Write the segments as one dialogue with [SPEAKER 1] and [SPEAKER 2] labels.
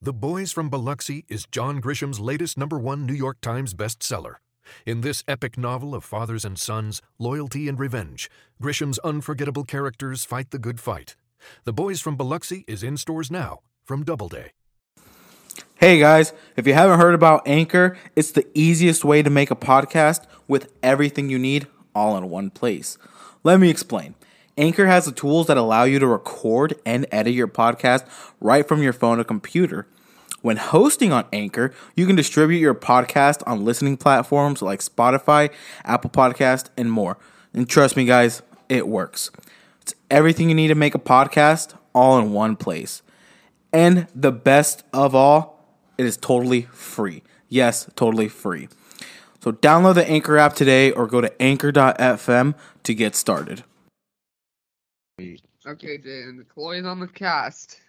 [SPEAKER 1] The Boys from Biloxi is John Grisham's latest number one New York Times bestseller. In this epic novel of fathers and sons, loyalty and revenge, Grisham's unforgettable characters fight the good fight. The Boys from Biloxi is in stores now from Doubleday.
[SPEAKER 2] Hey guys, if you haven't heard about Anchor, it's the easiest way to make a podcast with everything you need all in one place. Let me explain. Anchor has the tools that allow you to record and edit your podcast right from your phone or computer. When hosting on Anchor, you can distribute your podcast on listening platforms like Spotify, Apple Podcast, and more. And trust me guys, it works. It's everything you need to make a podcast all in one place. And the best of all, it is totally free. Yes, totally free. So download the Anchor app today or go to anchor.fm to get started.
[SPEAKER 3] Okay, Dan. Chloe's on the cast.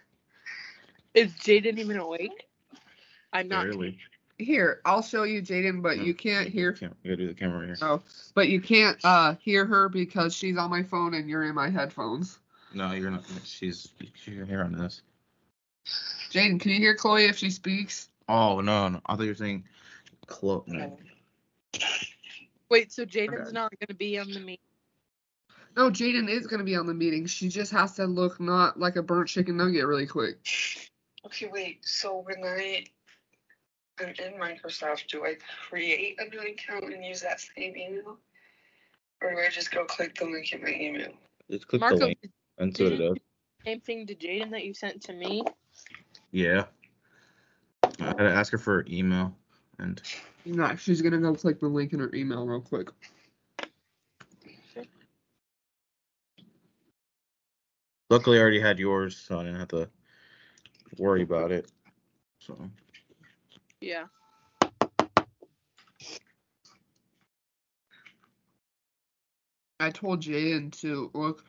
[SPEAKER 4] Is Jaden even awake? I'm not.
[SPEAKER 5] Barely.
[SPEAKER 3] Here, I'll show you Jaden, but you can't hear.
[SPEAKER 5] Can't, we gotta do the camera here.
[SPEAKER 3] Oh, but you can't uh hear her because she's on my phone and you're in my headphones.
[SPEAKER 5] No, you're not. She's you can hear on this.
[SPEAKER 3] Jaden, can you hear Chloe if she speaks?
[SPEAKER 5] Oh no, no. I thought you were saying clo
[SPEAKER 4] No. Wait, so Jaden's
[SPEAKER 3] Okay.
[SPEAKER 4] not going to be on the meet.
[SPEAKER 3] No, Jaden is gonna be on the meeting. She just has to look not like a burnt chicken nugget really quick.
[SPEAKER 6] Okay, wait. So when I am in Microsoft, do I create a new account and use that same email, or do I just go click the link in my email?
[SPEAKER 5] Just click the
[SPEAKER 4] Marco,
[SPEAKER 5] link and see what
[SPEAKER 4] did
[SPEAKER 5] it
[SPEAKER 4] you do
[SPEAKER 5] does.
[SPEAKER 4] the same thing to Jaden that you sent to me?
[SPEAKER 5] Yeah. I had to ask her for her email and
[SPEAKER 3] No, she's gonna go click the link in her email real quick.
[SPEAKER 5] luckily I already had yours, so I didn't have to worry about it. So
[SPEAKER 4] Yeah.
[SPEAKER 3] I told Jaden to look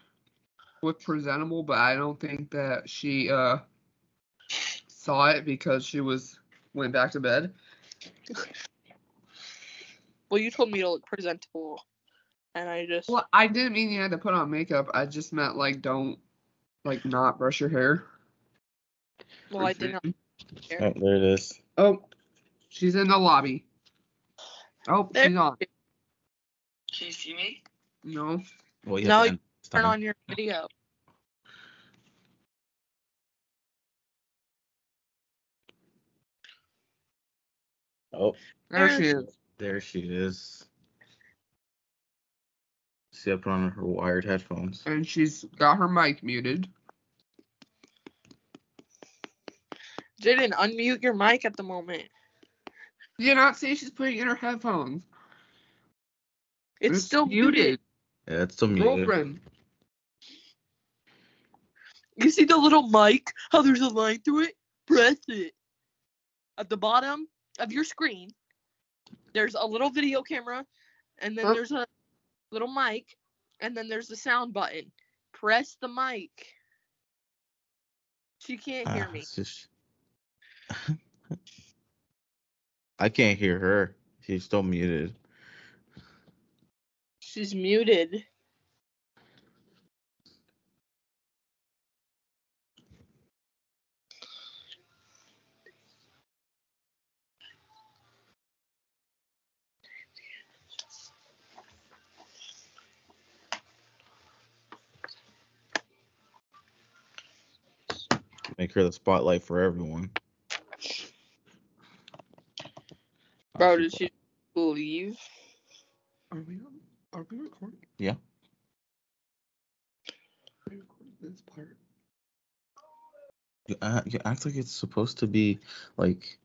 [SPEAKER 3] look presentable, but I don't think that she uh saw it because she was went back to bed.
[SPEAKER 4] Well, you told me to look presentable, and I just
[SPEAKER 3] Well, I didn't mean you had to put on makeup. I just meant like don't like not brush your hair.
[SPEAKER 4] well, I did not.
[SPEAKER 5] Oh, there it is.
[SPEAKER 3] Oh, she's in the lobby. Oh,
[SPEAKER 4] There-
[SPEAKER 3] she's on.
[SPEAKER 6] Can you see me?
[SPEAKER 3] No,
[SPEAKER 5] Well, have
[SPEAKER 4] No,
[SPEAKER 5] to
[SPEAKER 4] you
[SPEAKER 5] end this
[SPEAKER 4] Turn
[SPEAKER 5] time.
[SPEAKER 4] on your video.
[SPEAKER 5] Oh,
[SPEAKER 3] there she is.
[SPEAKER 5] there she is. See, I put on her wired headphones.
[SPEAKER 3] And she's got her mic muted.
[SPEAKER 4] Jaden, unmute your mic at the moment.
[SPEAKER 3] Do you not see she's putting in her headphones?
[SPEAKER 4] It's, still muted.
[SPEAKER 5] Yeah, it's still muted.
[SPEAKER 3] Girlfriend.
[SPEAKER 4] You see the little mic? How there's a line through it? Press it. At the bottom of your screen, there's a little video camera, and then
[SPEAKER 3] Huh?
[SPEAKER 4] there's a little mic, and then there's the sound button. Press the mic. She can't hear
[SPEAKER 5] Ah,
[SPEAKER 4] me.
[SPEAKER 5] it's just- I can't hear her. She's still muted.
[SPEAKER 4] She's
[SPEAKER 5] Ah,
[SPEAKER 4] muted.
[SPEAKER 5] Make her the spotlight for everyone.
[SPEAKER 4] Bro, did she leave?
[SPEAKER 3] Are we on, are we recording?
[SPEAKER 5] Yeah.
[SPEAKER 3] Are we recording this part?
[SPEAKER 5] You act, you act like it's supposed to be like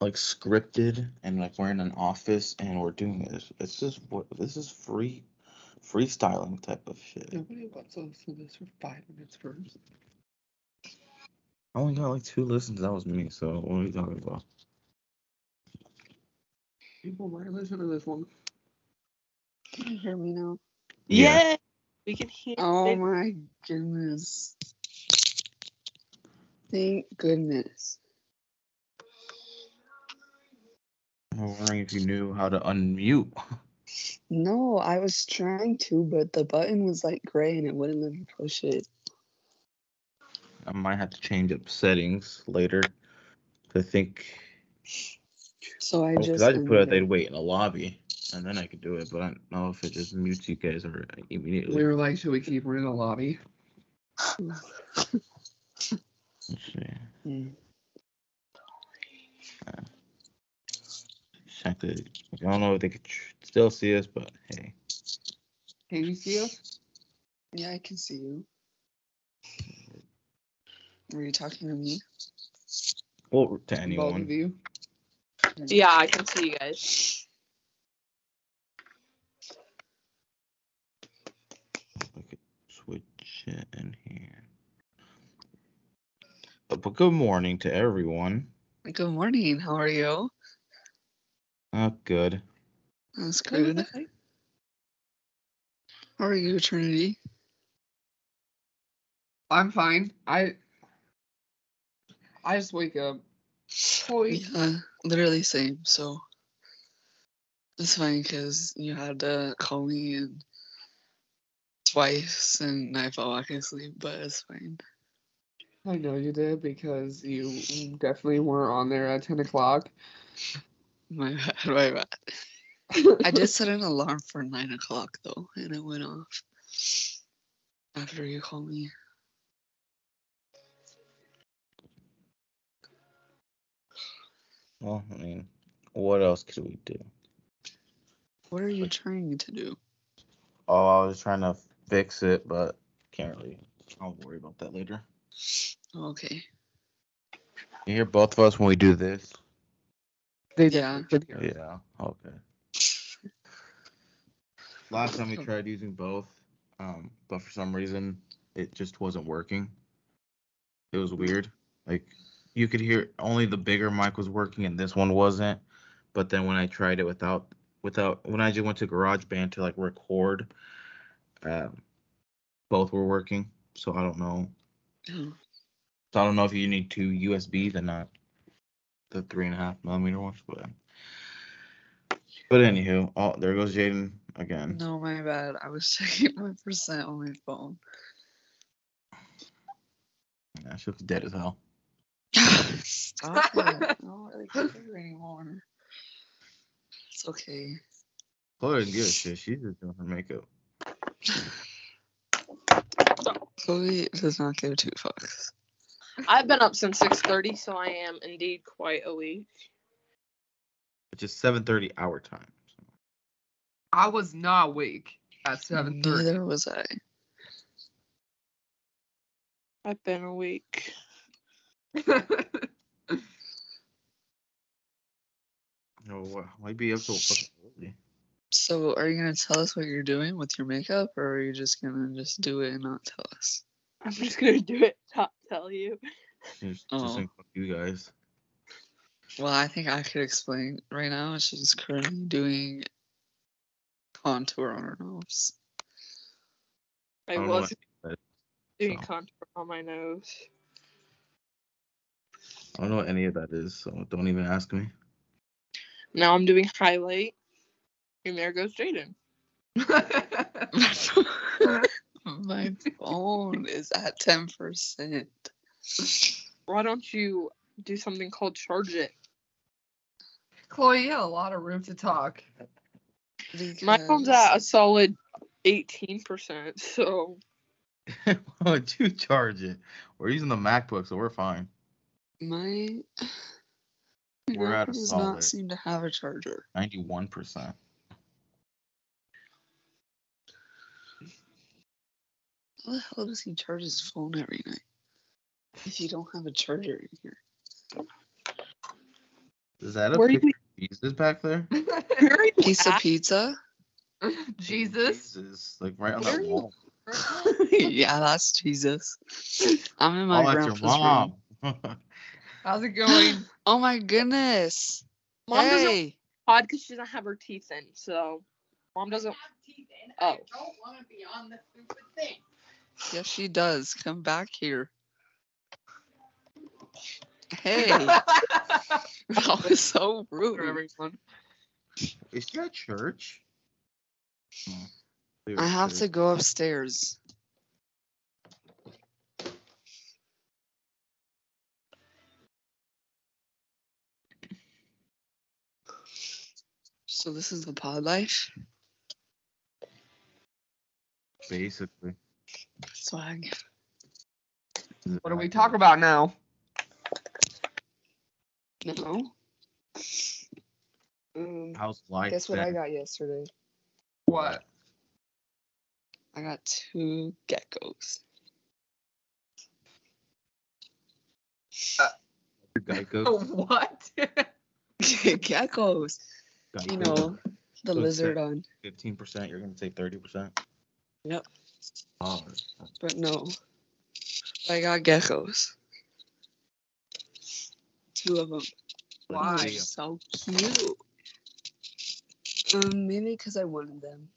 [SPEAKER 5] like scripted and like we're in an office and we're doing this. It's just what this is free freestyling type of shit.
[SPEAKER 3] Nobody wants to listen to this for five minutes first.
[SPEAKER 5] I only got like two listens. That was me. So what are you talking about?
[SPEAKER 3] People might listen to this one.
[SPEAKER 6] Can you hear me now?
[SPEAKER 5] Yeah.
[SPEAKER 4] Yay! We can hear
[SPEAKER 6] Oh
[SPEAKER 4] it.
[SPEAKER 6] my goodness! Thank goodness.
[SPEAKER 5] I was wondering if you knew how to unmute.
[SPEAKER 6] No, I was trying to, but the button was like gray and it wouldn't let me push it.
[SPEAKER 5] I might have to change up settings later. I think
[SPEAKER 7] So I
[SPEAKER 5] because
[SPEAKER 7] just.
[SPEAKER 5] Oh, I just put out
[SPEAKER 7] unmuted.
[SPEAKER 5] they'd wait in the lobby, and then I could do it. But I don't know if it just mutes you guys or
[SPEAKER 3] We
[SPEAKER 5] immediately.
[SPEAKER 3] were like, should we keep her in the lobby?
[SPEAKER 5] Let's see.
[SPEAKER 6] Hmm.
[SPEAKER 7] Mm.
[SPEAKER 5] Just have to- I don't know if they could tr- still see us, but hey,
[SPEAKER 3] Can you see us?
[SPEAKER 7] Yeah, I can see you. Were you talking to me?
[SPEAKER 5] well, to
[SPEAKER 3] Both of
[SPEAKER 5] anyone.
[SPEAKER 3] you?
[SPEAKER 4] Yeah, I can see you guys.
[SPEAKER 5] Okay, switch it in here. Uh, But good morning to everyone.
[SPEAKER 7] Good morning. How are you?
[SPEAKER 5] Oh, good.
[SPEAKER 7] That's good. How are you, Trinity?
[SPEAKER 3] I'm fine. I I just wake up. Holy
[SPEAKER 7] Yeah, literally same. So it's fine because you had to call me and twice, and I fell back asleep, but it's fine.
[SPEAKER 3] I know you did because you definitely were on there at ten o'clock.
[SPEAKER 7] My bad. My bad. I did set an alarm for nine o'clock though, and it went off after you called me.
[SPEAKER 5] Well, I mean, what else could we do?
[SPEAKER 7] What are you trying to do?
[SPEAKER 5] Oh, I was trying to fix it, but can't really. I'll worry about that later.
[SPEAKER 7] Oh, Okay.
[SPEAKER 5] You hear both of us when we do this?
[SPEAKER 3] They
[SPEAKER 7] Yeah.
[SPEAKER 3] definitely could hear us.
[SPEAKER 5] Yeah. Okay. Last time we tried using both, um, but for some reason it just wasn't working. It was weird. Like you could hear only the bigger mic was working and this one wasn't. But then when I tried it without without when I just went to GarageBand to like record, um, both were working. So I don't know.
[SPEAKER 7] Oh,
[SPEAKER 5] So I don't know if you need two USBs and not the three and a half millimeter ones, but but anywho, oh there goes Jaden again.
[SPEAKER 7] No, my bad. I was checking my percent on my phone.
[SPEAKER 5] Yeah, she looks dead as hell.
[SPEAKER 7] Stop it. I don't really care anymore. It's okay.
[SPEAKER 5] Chloe doesn't give a shit. She's just doing her makeup.
[SPEAKER 7] Chloe does not give two fucks.
[SPEAKER 4] I've been up since 6:30, so I am indeed quite awake.
[SPEAKER 5] Which is 7:30 our time.
[SPEAKER 3] I was not awake at seven thirty.
[SPEAKER 7] Neither was I.
[SPEAKER 4] I've been awake.
[SPEAKER 5] No, why why'd oh, be up so fucking early?
[SPEAKER 7] So, are you gonna tell us what you're doing with your makeup, or are you just gonna just do it and not tell us?
[SPEAKER 4] I'm just gonna do it. Not tell you.
[SPEAKER 5] She's
[SPEAKER 7] Oh.
[SPEAKER 4] Uh-huh.
[SPEAKER 5] just like fuck you guys.
[SPEAKER 7] Well, I think I could explain. Right now, she's currently doing contour on her nose.
[SPEAKER 4] I
[SPEAKER 5] don't know
[SPEAKER 4] was
[SPEAKER 5] what-
[SPEAKER 4] doing
[SPEAKER 5] so.
[SPEAKER 4] contour on my nose.
[SPEAKER 5] I don't know what any of that is, so don't even ask me.
[SPEAKER 4] Now I'm doing highlight. And there goes Jaden.
[SPEAKER 7] My phone is at ten percent.
[SPEAKER 4] Why don't you do something called charge it?
[SPEAKER 3] Chloe, you had a lot of room to talk.
[SPEAKER 4] My phone's at a solid 18%, so
[SPEAKER 5] Why would you charge it? We're using the MacBook, so we're fine.
[SPEAKER 7] My.
[SPEAKER 5] We're
[SPEAKER 7] My
[SPEAKER 5] at a
[SPEAKER 7] does
[SPEAKER 5] solid.
[SPEAKER 7] not seem to have a charger.
[SPEAKER 5] 91%.
[SPEAKER 7] How the hell does he charge his phone every night? If you don't have a charger in here.
[SPEAKER 5] Is that a
[SPEAKER 4] Where do
[SPEAKER 5] picture
[SPEAKER 4] we-
[SPEAKER 5] of Jesus back there?
[SPEAKER 4] where are you
[SPEAKER 7] Piece of
[SPEAKER 4] at?
[SPEAKER 7] pizza?
[SPEAKER 3] Jesus.
[SPEAKER 5] Jesus, like right on
[SPEAKER 4] Where
[SPEAKER 5] that
[SPEAKER 4] are you-
[SPEAKER 5] wall.
[SPEAKER 7] yeah, that's Jesus. I'm in my
[SPEAKER 5] oh, that's your
[SPEAKER 7] grandpa's room.
[SPEAKER 5] mom.
[SPEAKER 3] How's it going?
[SPEAKER 7] Oh my goodness.
[SPEAKER 4] Mom doesn't
[SPEAKER 7] hey.
[SPEAKER 4] pod because she doesn't have her teeth in, so mom doesn't. Oh,
[SPEAKER 7] Yes, she does. Come back here. Hey,
[SPEAKER 3] For
[SPEAKER 7] that was so rude.
[SPEAKER 3] everyone.
[SPEAKER 5] Is she at church? Hmm.
[SPEAKER 7] I have to go upstairs. So this is the pod life
[SPEAKER 5] Basically.
[SPEAKER 7] swag.
[SPEAKER 3] What do we talk about now?
[SPEAKER 7] No. Um,
[SPEAKER 5] How's life?
[SPEAKER 7] guess what I
[SPEAKER 5] then?
[SPEAKER 7] got yesterday?
[SPEAKER 3] What?
[SPEAKER 7] I got two geckos.
[SPEAKER 3] Oh,
[SPEAKER 5] Geico.
[SPEAKER 3] what?
[SPEAKER 7] geckos. You know,
[SPEAKER 5] So
[SPEAKER 7] the
[SPEAKER 5] it's
[SPEAKER 7] lizard
[SPEAKER 5] that-
[SPEAKER 7] on.
[SPEAKER 5] fifteen percent. You're gonna take thirty percent.
[SPEAKER 7] Yep.
[SPEAKER 5] Oh,
[SPEAKER 7] But no. I got geckos. Two of them.
[SPEAKER 3] Why?
[SPEAKER 7] They're so cute. Um, maybe because I wanted them.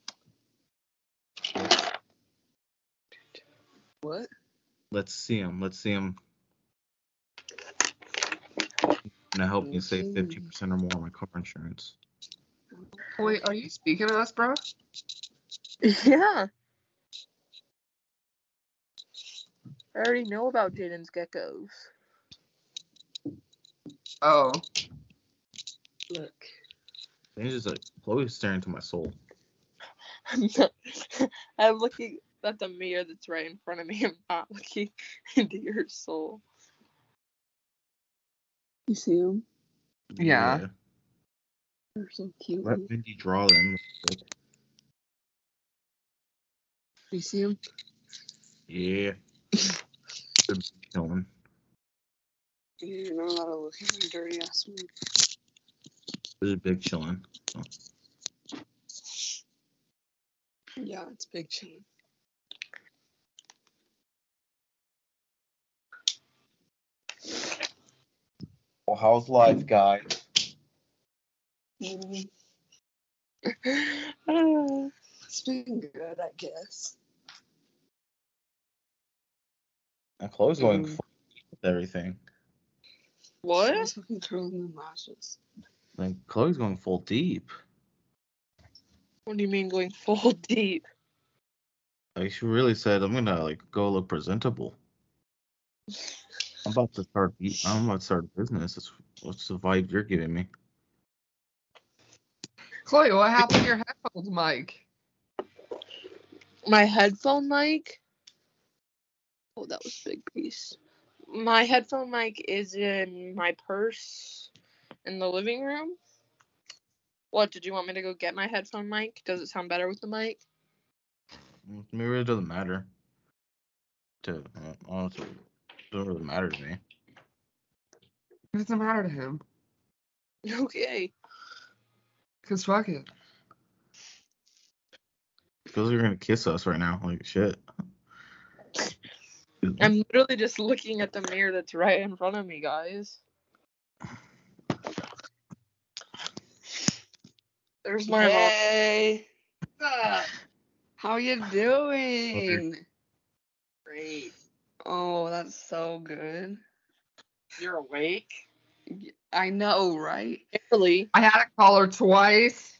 [SPEAKER 7] What?
[SPEAKER 5] Let's see him. Let's see him. I'm gonna help you
[SPEAKER 7] Mm-hmm.
[SPEAKER 5] save fifty percent or more on my car insurance.
[SPEAKER 3] Wait, are you speaking to us, bro?
[SPEAKER 4] Yeah. I already know about Jaden's geckos.
[SPEAKER 3] Oh,
[SPEAKER 7] Look.
[SPEAKER 5] He's just like Chloe's staring into my soul.
[SPEAKER 4] I'm not. I'm looking at the mirror that's right in front of me. I'm not looking into your soul.
[SPEAKER 7] You see them?
[SPEAKER 3] Yeah.
[SPEAKER 7] They're so cute.
[SPEAKER 5] Let Mindy draw them.
[SPEAKER 7] You see them?
[SPEAKER 5] Yeah. Good going.
[SPEAKER 7] You're not allowed to look at my dirty ass one.
[SPEAKER 5] This is big chillin'.
[SPEAKER 7] Yeah, it's big chillin'.
[SPEAKER 5] Well, how's life, guy?
[SPEAKER 7] Ah, it's been good, I guess.
[SPEAKER 5] And Chloe's going
[SPEAKER 7] Mm.
[SPEAKER 5] full with everything.
[SPEAKER 7] I
[SPEAKER 4] What?
[SPEAKER 7] was fucking curling them lashes.
[SPEAKER 5] Like Chloe's going full deep.
[SPEAKER 4] What do you mean going full deep?
[SPEAKER 5] Like she really said, I'm gonna like go look presentable. I'm about to start. be- I'm about to start a business. It's, what's the vibe you're giving me?
[SPEAKER 3] Chloe, what happened to your headphones, Mike?
[SPEAKER 4] my headphone mic. Oh, that was a big piece. My headphone mic is in my purse in the living room. What did you want me to go get my headphone mic? Does it sound better with the mic?
[SPEAKER 5] Mm, I mean, it really doesn't matter. To uh, honestly, it doesn't really matter to me.
[SPEAKER 3] It doesn't matter to him.
[SPEAKER 4] Okay.
[SPEAKER 3] Cause fuck it.
[SPEAKER 5] Feels like you're gonna kiss us right now. Like shit.
[SPEAKER 4] I'm literally just looking at the mirror that's right in front of me, guys. There's my little-
[SPEAKER 7] Hey! How you doing? Great. Oh, that's so good.
[SPEAKER 4] You're awake?
[SPEAKER 7] Y- I know, right?
[SPEAKER 4] Barely.
[SPEAKER 3] I had to call her twice.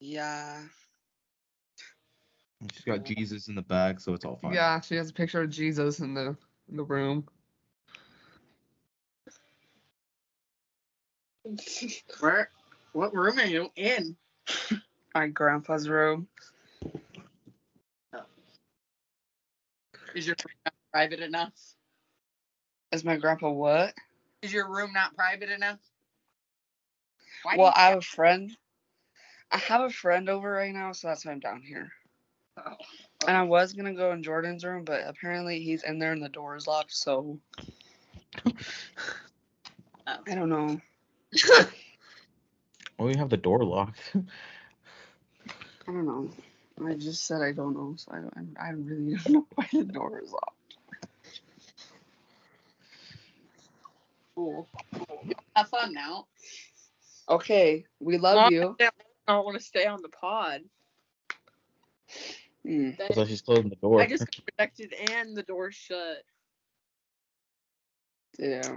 [SPEAKER 7] Yeah.
[SPEAKER 5] She's got Jesus in the bag, so it's all fine.
[SPEAKER 3] Yeah, she has a picture of Jesus in the in the room.
[SPEAKER 7] Where? What room are you in? My grandpa's room.
[SPEAKER 8] Is your room not private enough?
[SPEAKER 7] Is my grandpa what?
[SPEAKER 8] Is your room not private enough? Why do
[SPEAKER 7] well,
[SPEAKER 8] you-
[SPEAKER 7] I have a friend. I have a friend over right now, so that's why I'm down here.
[SPEAKER 8] Oh.
[SPEAKER 7] And I was gonna go in Jordan's room, but apparently he's in there and the door is locked, so
[SPEAKER 8] Oh.
[SPEAKER 7] I don't know.
[SPEAKER 5] Well, you have the door locked.
[SPEAKER 7] I don't know. I just said I don't know, so I don't, I really don't know why the door is locked.
[SPEAKER 8] Cool. Have fun now.
[SPEAKER 7] Okay, we love
[SPEAKER 4] Not-
[SPEAKER 7] you.
[SPEAKER 4] I don't want to stay on the pod.
[SPEAKER 7] Mm.
[SPEAKER 5] so she's closing the door.
[SPEAKER 4] I just got rejected and the door shut.
[SPEAKER 7] Yeah.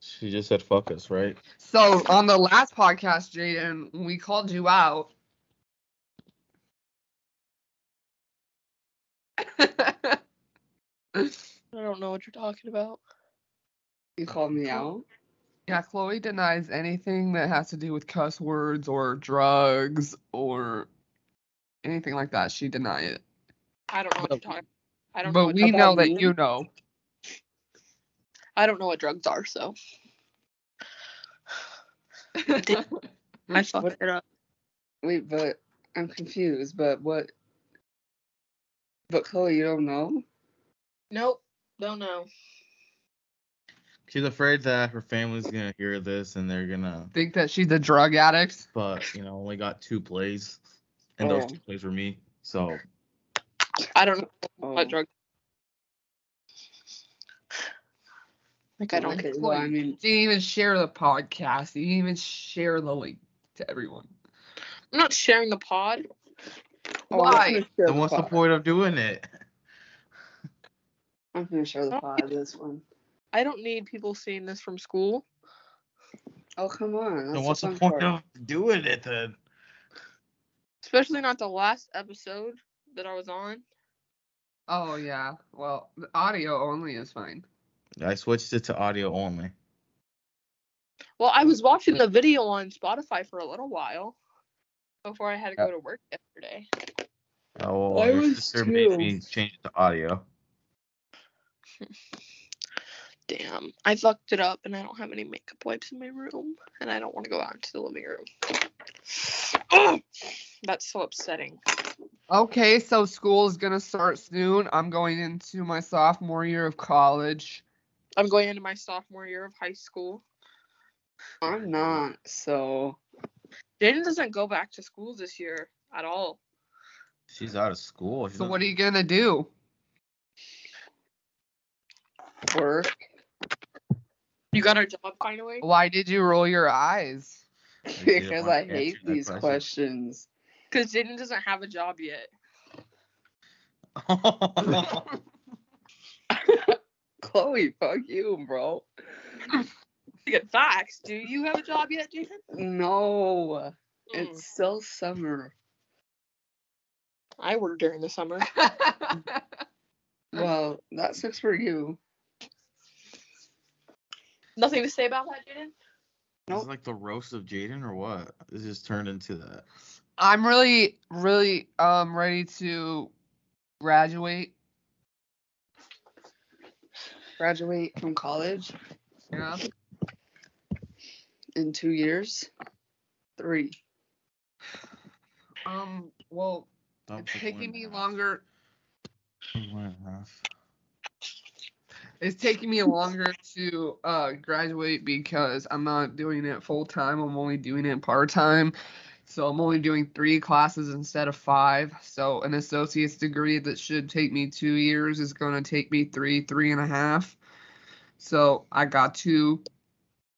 [SPEAKER 5] She just said, "Fuck us," right?
[SPEAKER 3] So on the last podcast, Jaden, we called you out.
[SPEAKER 4] I don't know what you're talking about.
[SPEAKER 7] You called me out.
[SPEAKER 3] Yeah, Chloe denies anything that has to do with cuss words or drugs or anything like that. She denied it.
[SPEAKER 4] I don't know what you're talking. I don't. know
[SPEAKER 3] But
[SPEAKER 4] what
[SPEAKER 3] we
[SPEAKER 4] drugs
[SPEAKER 3] know
[SPEAKER 4] are
[SPEAKER 3] that
[SPEAKER 4] mean.
[SPEAKER 3] you know.
[SPEAKER 4] I don't know what drugs are, so I fucked it up.
[SPEAKER 7] Wait, but I'm confused. But what? But Chloe, you don't know.
[SPEAKER 4] Nope, don't know.
[SPEAKER 5] She's afraid that her family's gonna hear this and they're gonna.
[SPEAKER 3] Think that she's a drug addict.
[SPEAKER 5] But you know, only got two plays, and those
[SPEAKER 7] Oh.
[SPEAKER 5] two plays were me. So
[SPEAKER 4] I don't know
[SPEAKER 7] Oh,
[SPEAKER 4] what drug. Like I don't
[SPEAKER 7] okay.
[SPEAKER 4] get
[SPEAKER 7] Well, I mean,
[SPEAKER 3] Didn't even share the podcast. Didn't even share the link to everyone.
[SPEAKER 4] I'm not sharing the pod.
[SPEAKER 7] oh, I'm
[SPEAKER 3] Why?
[SPEAKER 7] gonna share
[SPEAKER 5] then what's the
[SPEAKER 7] pod.
[SPEAKER 5] point of doing it?
[SPEAKER 7] I'm gonna share the pod. This one.
[SPEAKER 4] I don't need people seeing this from school.
[SPEAKER 7] Oh, come on. That's
[SPEAKER 5] Then what's the
[SPEAKER 7] fun
[SPEAKER 5] point
[SPEAKER 7] part.
[SPEAKER 5] of doing it then?
[SPEAKER 4] Especially not the last episode that I was on.
[SPEAKER 3] Oh yeah. Well, the audio only is fine.
[SPEAKER 5] I switched it to audio only.
[SPEAKER 4] Well, I was watching the video on Spotify for a little while before I had to go to work yesterday.
[SPEAKER 5] Oh, well,
[SPEAKER 7] I
[SPEAKER 5] your
[SPEAKER 7] was
[SPEAKER 5] sister made
[SPEAKER 7] too.
[SPEAKER 5] me change it to audio.
[SPEAKER 4] Damn, I fucked it up and I don't have any makeup wipes in my room and I don't want to go out into the living room. Oh, that's so upsetting.
[SPEAKER 3] Okay, so school is gonna start soon. I'm going into my sophomore year of college.
[SPEAKER 4] I'm going into my sophomore year of high school.
[SPEAKER 7] I'm not. So
[SPEAKER 4] Jaden doesn't go back to school this year at all.
[SPEAKER 5] She's out of school.
[SPEAKER 3] So what are you gonna do?
[SPEAKER 7] work.
[SPEAKER 4] You got a job finally?
[SPEAKER 3] Why did you roll your eyes?
[SPEAKER 5] didn't
[SPEAKER 7] because
[SPEAKER 5] want
[SPEAKER 7] I
[SPEAKER 5] to
[SPEAKER 7] hate
[SPEAKER 5] answer that
[SPEAKER 7] these
[SPEAKER 5] question.
[SPEAKER 7] questions.
[SPEAKER 4] Because Jaden doesn't have a job yet.
[SPEAKER 7] Chloe, fuck you, bro.
[SPEAKER 4] You get facts. Do you have a job yet, Jaden?
[SPEAKER 7] No,
[SPEAKER 4] Mm.
[SPEAKER 7] it's still summer.
[SPEAKER 4] I work during the summer.
[SPEAKER 7] Well, that sucks for you.
[SPEAKER 4] Nothing to say about that,
[SPEAKER 5] This
[SPEAKER 4] Jaden?
[SPEAKER 5] is
[SPEAKER 7] Nope.
[SPEAKER 5] like the roast of Jaden or what? This just turned into that.
[SPEAKER 3] I'm really, really um ready to graduate.
[SPEAKER 7] Graduate from college
[SPEAKER 3] Yeah.
[SPEAKER 7] in two years, three.
[SPEAKER 3] Um. Well,
[SPEAKER 5] That
[SPEAKER 3] it's
[SPEAKER 5] was like one
[SPEAKER 3] taking
[SPEAKER 5] and a
[SPEAKER 3] me
[SPEAKER 5] half.
[SPEAKER 3] longer.
[SPEAKER 5] One and a half.
[SPEAKER 3] It's taking me longer to uh graduate because I'm not doing it full time. I'm only doing it part time. So I'm only doing three classes instead of five. So an associate's degree that should take me two years is gonna take me three, three and a half. So I got two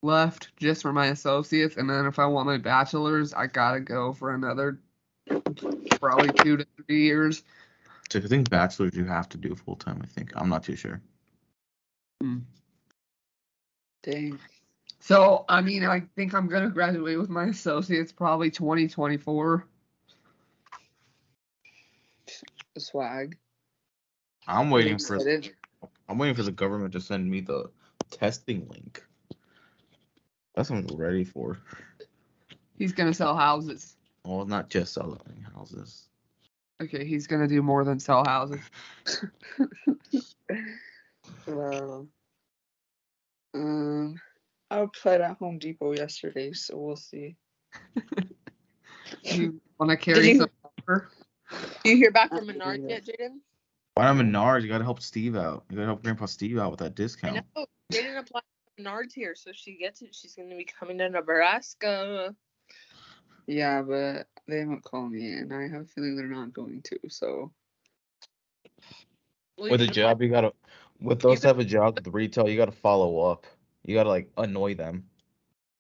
[SPEAKER 3] left just for my associates, and then if I want my bachelor's, I gotta go for another probably two to three years.
[SPEAKER 5] So I think bachelor's you have to do full time. I think I'm not too sure.
[SPEAKER 7] Dang.
[SPEAKER 3] So I mean, I think I'm gonna graduate with my associates probably 2024.
[SPEAKER 7] Swag.
[SPEAKER 5] I'm waiting for
[SPEAKER 7] Excited.
[SPEAKER 5] I'm waiting for the government to send me the testing link. That's what I'm ready for.
[SPEAKER 3] He's gonna sell houses.
[SPEAKER 5] Well, not just selling houses.
[SPEAKER 3] Okay, he's gonna do more than sell houses.
[SPEAKER 7] Wow. Um, I played at Home Depot yesterday, so we'll see.
[SPEAKER 3] You wanna
[SPEAKER 4] Did
[SPEAKER 3] carry
[SPEAKER 4] you-
[SPEAKER 3] some over?
[SPEAKER 4] Do you hear back from
[SPEAKER 7] I don't
[SPEAKER 4] Menards
[SPEAKER 7] either.
[SPEAKER 4] yet, Jaden?
[SPEAKER 5] Why not Menards? You gotta help Steve out. You gotta help Grandpa Steve out with that
[SPEAKER 4] I
[SPEAKER 5] discount.
[SPEAKER 4] know. Jaden applied to Menards here, so if she gets it. She's going to be coming to Nebraska.
[SPEAKER 7] Yeah, but they haven't called me, and I have a feeling they're not going to. So
[SPEAKER 4] Well,
[SPEAKER 5] With a
[SPEAKER 4] you can apply-
[SPEAKER 5] job, you gotta with those type of jobs with retail, you gotta follow up. You gotta like annoy them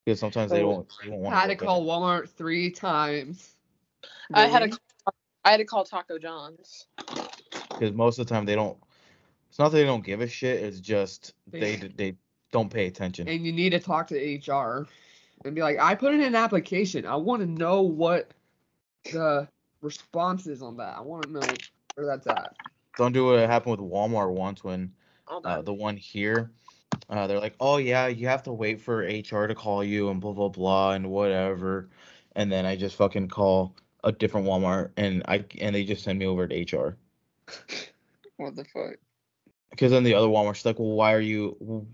[SPEAKER 5] because sometimes they
[SPEAKER 7] Oh,
[SPEAKER 5] won't. They won't
[SPEAKER 3] I
[SPEAKER 5] want
[SPEAKER 3] had to call Walmart three times.
[SPEAKER 4] I had a
[SPEAKER 7] Really?
[SPEAKER 4] I had to call Taco John's.
[SPEAKER 5] because most of the time they don't. It's not that they don't give a shit. It's just they
[SPEAKER 3] They-
[SPEAKER 5] d- they don't pay attention.
[SPEAKER 3] and you need to talk to HR and be like, I put in an application. I want to know what the response is on that. I want to know where that's at.
[SPEAKER 5] Don't do what happened with Walmart once when
[SPEAKER 4] All
[SPEAKER 5] uh,
[SPEAKER 4] that.
[SPEAKER 5] the one here Uh, they're like, oh yeah, you have to wait for HR to call you and blah blah blah and whatever. And then I just fucking call a different Walmart and I and they just send me over to HR.
[SPEAKER 7] What the fuck?
[SPEAKER 5] Because then the other Walmart's like, well, why are you?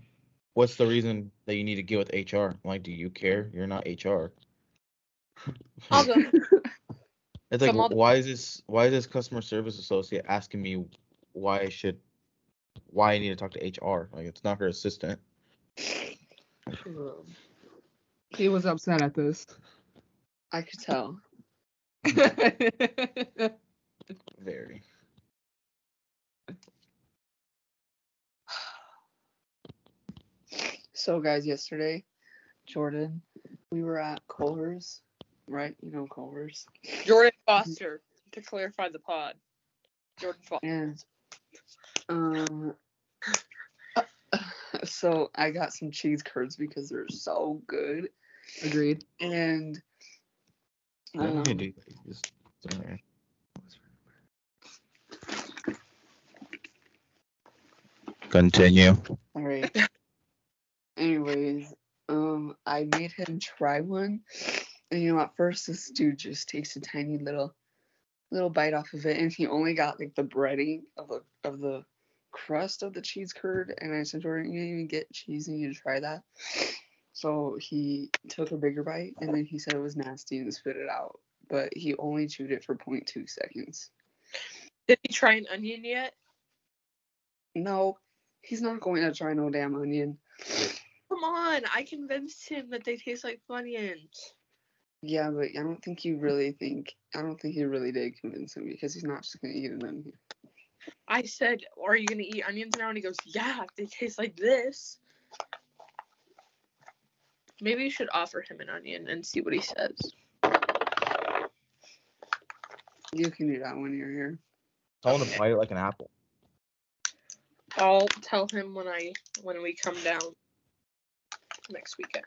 [SPEAKER 5] What's the reason that you need to get with HR? I'm like, do you care? You're not HR.
[SPEAKER 4] I'll go.
[SPEAKER 5] It's like,
[SPEAKER 4] Some other-
[SPEAKER 5] why is this? Why is this customer service associate asking me why I should, why I need to talk to HR? Like, it's not her assistant.
[SPEAKER 3] He was upset at this.
[SPEAKER 7] I could tell.
[SPEAKER 5] Very.
[SPEAKER 7] So, guys, yesterday, Jordan, we were at Culver's, right? You know Culver's.
[SPEAKER 4] Jordan Foster to clarify the pod. Jordan Foster.
[SPEAKER 7] And um, so I got some cheese curds because they're so good.
[SPEAKER 3] Agreed.
[SPEAKER 7] And um,
[SPEAKER 5] What do you do? Just- sorry. Continue.
[SPEAKER 7] all right. Anyways, um, I made him try one, and you know, at first this dude just takes a tiny little, little bite off of it, and he only got like the breading of the of the crust of the cheese curd, and I said, Jordan, you didn't even get cheese, and you need to try that. So he took a bigger bite, and then he said it was nasty and spit it out, but he only chewed it for 0.2 seconds.
[SPEAKER 4] Did he try an onion yet?
[SPEAKER 7] No, he's not going to try no damn onion.
[SPEAKER 4] Come on, I convinced him that they taste like onions.
[SPEAKER 7] Yeah, but I don't think you really think I don't think you really did convince him because he's not just gonna eat an onion.
[SPEAKER 4] I said, "Are you gonna eat onions now?" And he goes, "Yeah, if they taste like this." Maybe you should offer him an onion and see what he says.
[SPEAKER 7] You can do that when you're here.
[SPEAKER 5] Tell him to bite it like an apple.
[SPEAKER 4] I'll tell him when I when we come down next weekend.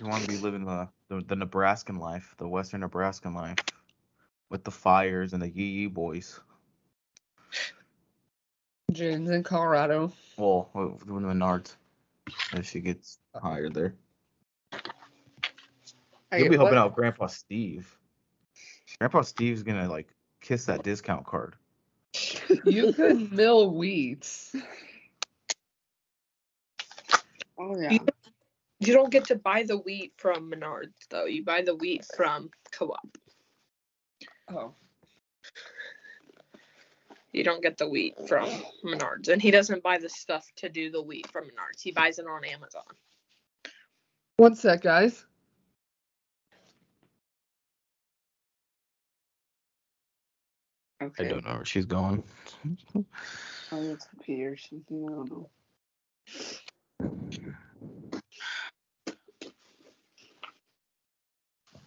[SPEAKER 5] You want to be living the, the the Nebraskan life, the Western Nebraskan life, with the fires and the Yee Yee boys.
[SPEAKER 3] Jen's in Colorado.
[SPEAKER 5] Well, with the Menards, if she gets hired there. You'll
[SPEAKER 7] Okay,
[SPEAKER 5] be helping
[SPEAKER 7] what-
[SPEAKER 5] out Grandpa Steve. Grandpa Steve's gonna like kiss that discount card.
[SPEAKER 3] You could mill wheat.
[SPEAKER 7] Oh yeah.
[SPEAKER 4] You don't get to buy the wheat from Menards though. You buy the wheat from Co-op.
[SPEAKER 3] Oh.
[SPEAKER 4] You don't get the wheat from Menards, and he doesn't buy the stuff to do the wheat from Menards. He buys it on Amazon.
[SPEAKER 3] One sec, guys.
[SPEAKER 5] I
[SPEAKER 7] Okay.
[SPEAKER 5] don't know where she's going.
[SPEAKER 7] Oh, it's a pee or something. I don't know.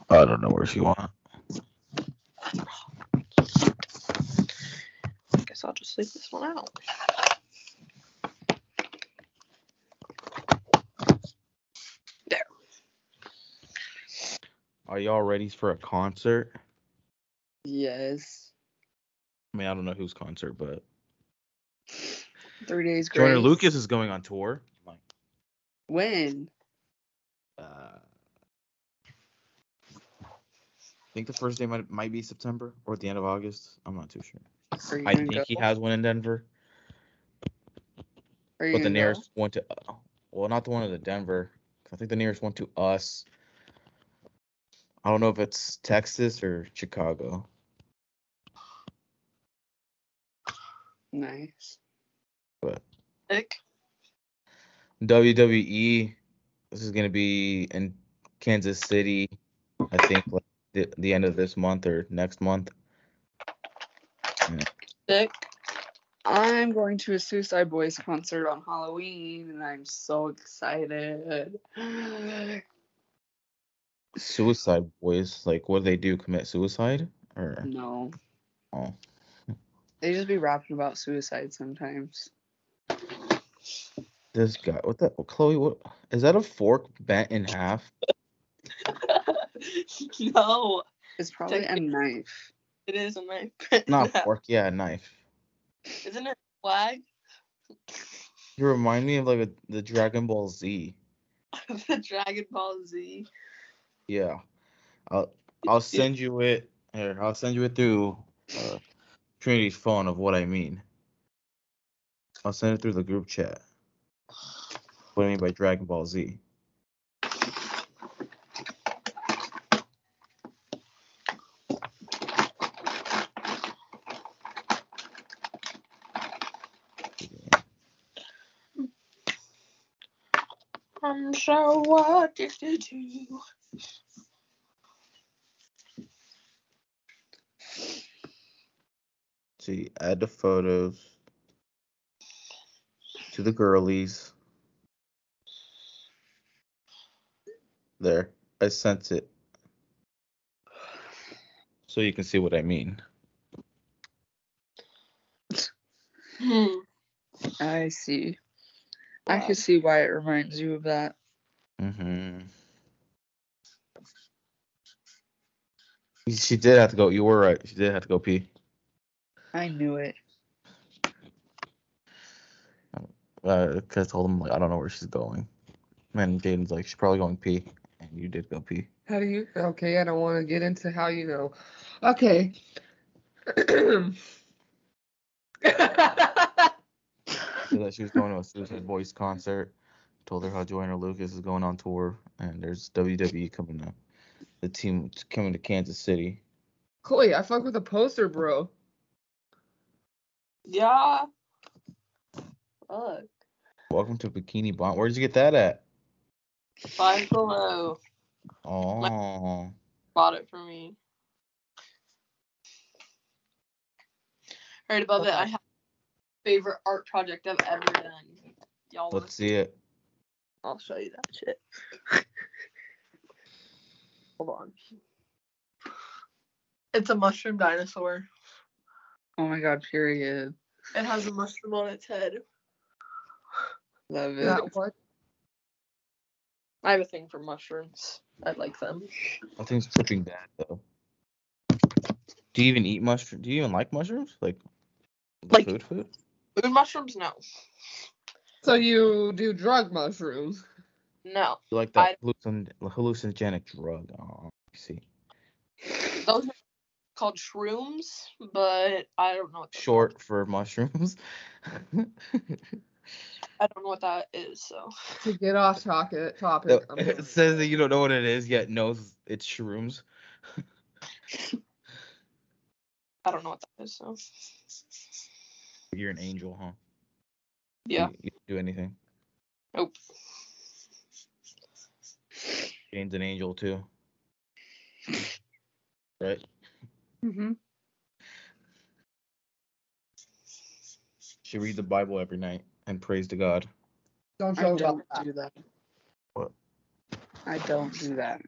[SPEAKER 5] I don't know where she went.
[SPEAKER 4] I guess I'll just leave this one out.
[SPEAKER 5] Are y'all ready for a concert?
[SPEAKER 7] Yes.
[SPEAKER 5] I mean, I don't know whose concert, but
[SPEAKER 7] Three days grace.
[SPEAKER 5] Joyner Lucas is going on tour. I'm like,
[SPEAKER 7] When?
[SPEAKER 5] uh, I think the first day might might be September or at the end of August. I'm not too sure.
[SPEAKER 7] Are you
[SPEAKER 5] I
[SPEAKER 7] gonna
[SPEAKER 5] think
[SPEAKER 7] go?
[SPEAKER 5] he has one in Denver,
[SPEAKER 7] Are you
[SPEAKER 5] but the
[SPEAKER 7] gonna go?
[SPEAKER 5] nearest one to uh, well, not the one to Denver. I think the nearest one to us. I don't know if it's Texas or Chicago.
[SPEAKER 7] Nice.
[SPEAKER 4] Nick?
[SPEAKER 5] WWE. E, This is gonna be in Kansas City. I think like the, the end of this month or next month.
[SPEAKER 4] Nick?
[SPEAKER 7] I'm going to a Suicide Boys concert on Halloween, and I'm so excited.
[SPEAKER 5] Suicide Boys. Like, what do they do? Commit suicide? Or
[SPEAKER 7] No,
[SPEAKER 5] oh,
[SPEAKER 7] they just be rapping about suicide sometimes.
[SPEAKER 5] this guy. What the oh, Chloe? What is that? A fork bent in half?
[SPEAKER 4] no.
[SPEAKER 7] It's probably a knife.
[SPEAKER 4] It is a knife.
[SPEAKER 5] Not fork, yeah, knife.
[SPEAKER 4] Isn't it flag?
[SPEAKER 5] You remind me of like a, the Dragon Ball Z.
[SPEAKER 4] the Dragon Ball Z.
[SPEAKER 5] Yeah, I'll I'll send you it. Here, I'll send you it through uh, Trinity's phone of what I mean. I'll send it through the group chat. What I mean by Dragon Ball Z.
[SPEAKER 4] I'm so addicted to you.
[SPEAKER 5] See, add the photos to the girlies. There, I sent it. So you can see what I mean.
[SPEAKER 4] Hmm.
[SPEAKER 7] I see. I can see why it reminds you of that.
[SPEAKER 5] Mm-hmm. She did have to go. You were right. She did have to go pee.
[SPEAKER 7] I knew it.
[SPEAKER 5] Uh, cause I told him like I don't know where she's going. And Jaden's like she's probably going pee, and you did go pee.
[SPEAKER 3] How do you? Okay, I don't want to get into how you know. Okay.
[SPEAKER 5] Said that she was going to a Suicide Boys concert. Told her how Joanna Lucas is going on tour, and there's WWE coming up. The team coming to Kansas City.
[SPEAKER 3] Chloe, I fuck with a poster, bro.
[SPEAKER 4] Yeah. Fuck.
[SPEAKER 5] Welcome to Bikini Bond. Where'd you get that at?
[SPEAKER 4] Five below.
[SPEAKER 5] Oh,
[SPEAKER 4] Bought it for me. Right above it, I have favorite art project I've ever done. Y'all want
[SPEAKER 5] let's see it.
[SPEAKER 4] I'll show you that shit. Hold on. It's a mushroom dinosaur.
[SPEAKER 7] Oh my god, period.
[SPEAKER 4] It has a mushroom on its head.
[SPEAKER 7] Love it.
[SPEAKER 3] That what?
[SPEAKER 4] I have a thing for mushrooms. I like them.
[SPEAKER 5] I think it's tripping bad though. Do you even eat mushroom? Do you even like mushrooms? Like,
[SPEAKER 4] Like-
[SPEAKER 5] food, food.
[SPEAKER 4] Food mushrooms? No.
[SPEAKER 3] So you do drug mushrooms?
[SPEAKER 4] No.
[SPEAKER 5] You like
[SPEAKER 4] I-
[SPEAKER 5] that hallucin- hallucinogenic drug? Oh, I see.
[SPEAKER 4] Those are called shrooms, but I don't know. What they're
[SPEAKER 5] Short for mushrooms.
[SPEAKER 4] called. I don't know what that is, so.
[SPEAKER 3] To get off topic. Topic. I'm
[SPEAKER 5] it
[SPEAKER 3] sorry.
[SPEAKER 5] says that you don't know what it is yet knows it's shrooms.
[SPEAKER 4] I don't know what that is, so.
[SPEAKER 5] You're an angel, huh?
[SPEAKER 4] Yeah.
[SPEAKER 5] You, you can do anything.
[SPEAKER 4] Nope.
[SPEAKER 5] Jane's an angel too. Right?
[SPEAKER 3] Mm-hmm.
[SPEAKER 7] hmm
[SPEAKER 5] She reads the Bible every night and prays to God.
[SPEAKER 3] Don't
[SPEAKER 7] I
[SPEAKER 3] joke
[SPEAKER 7] don't
[SPEAKER 3] about that.
[SPEAKER 7] do that.
[SPEAKER 5] What?
[SPEAKER 7] I don't do that.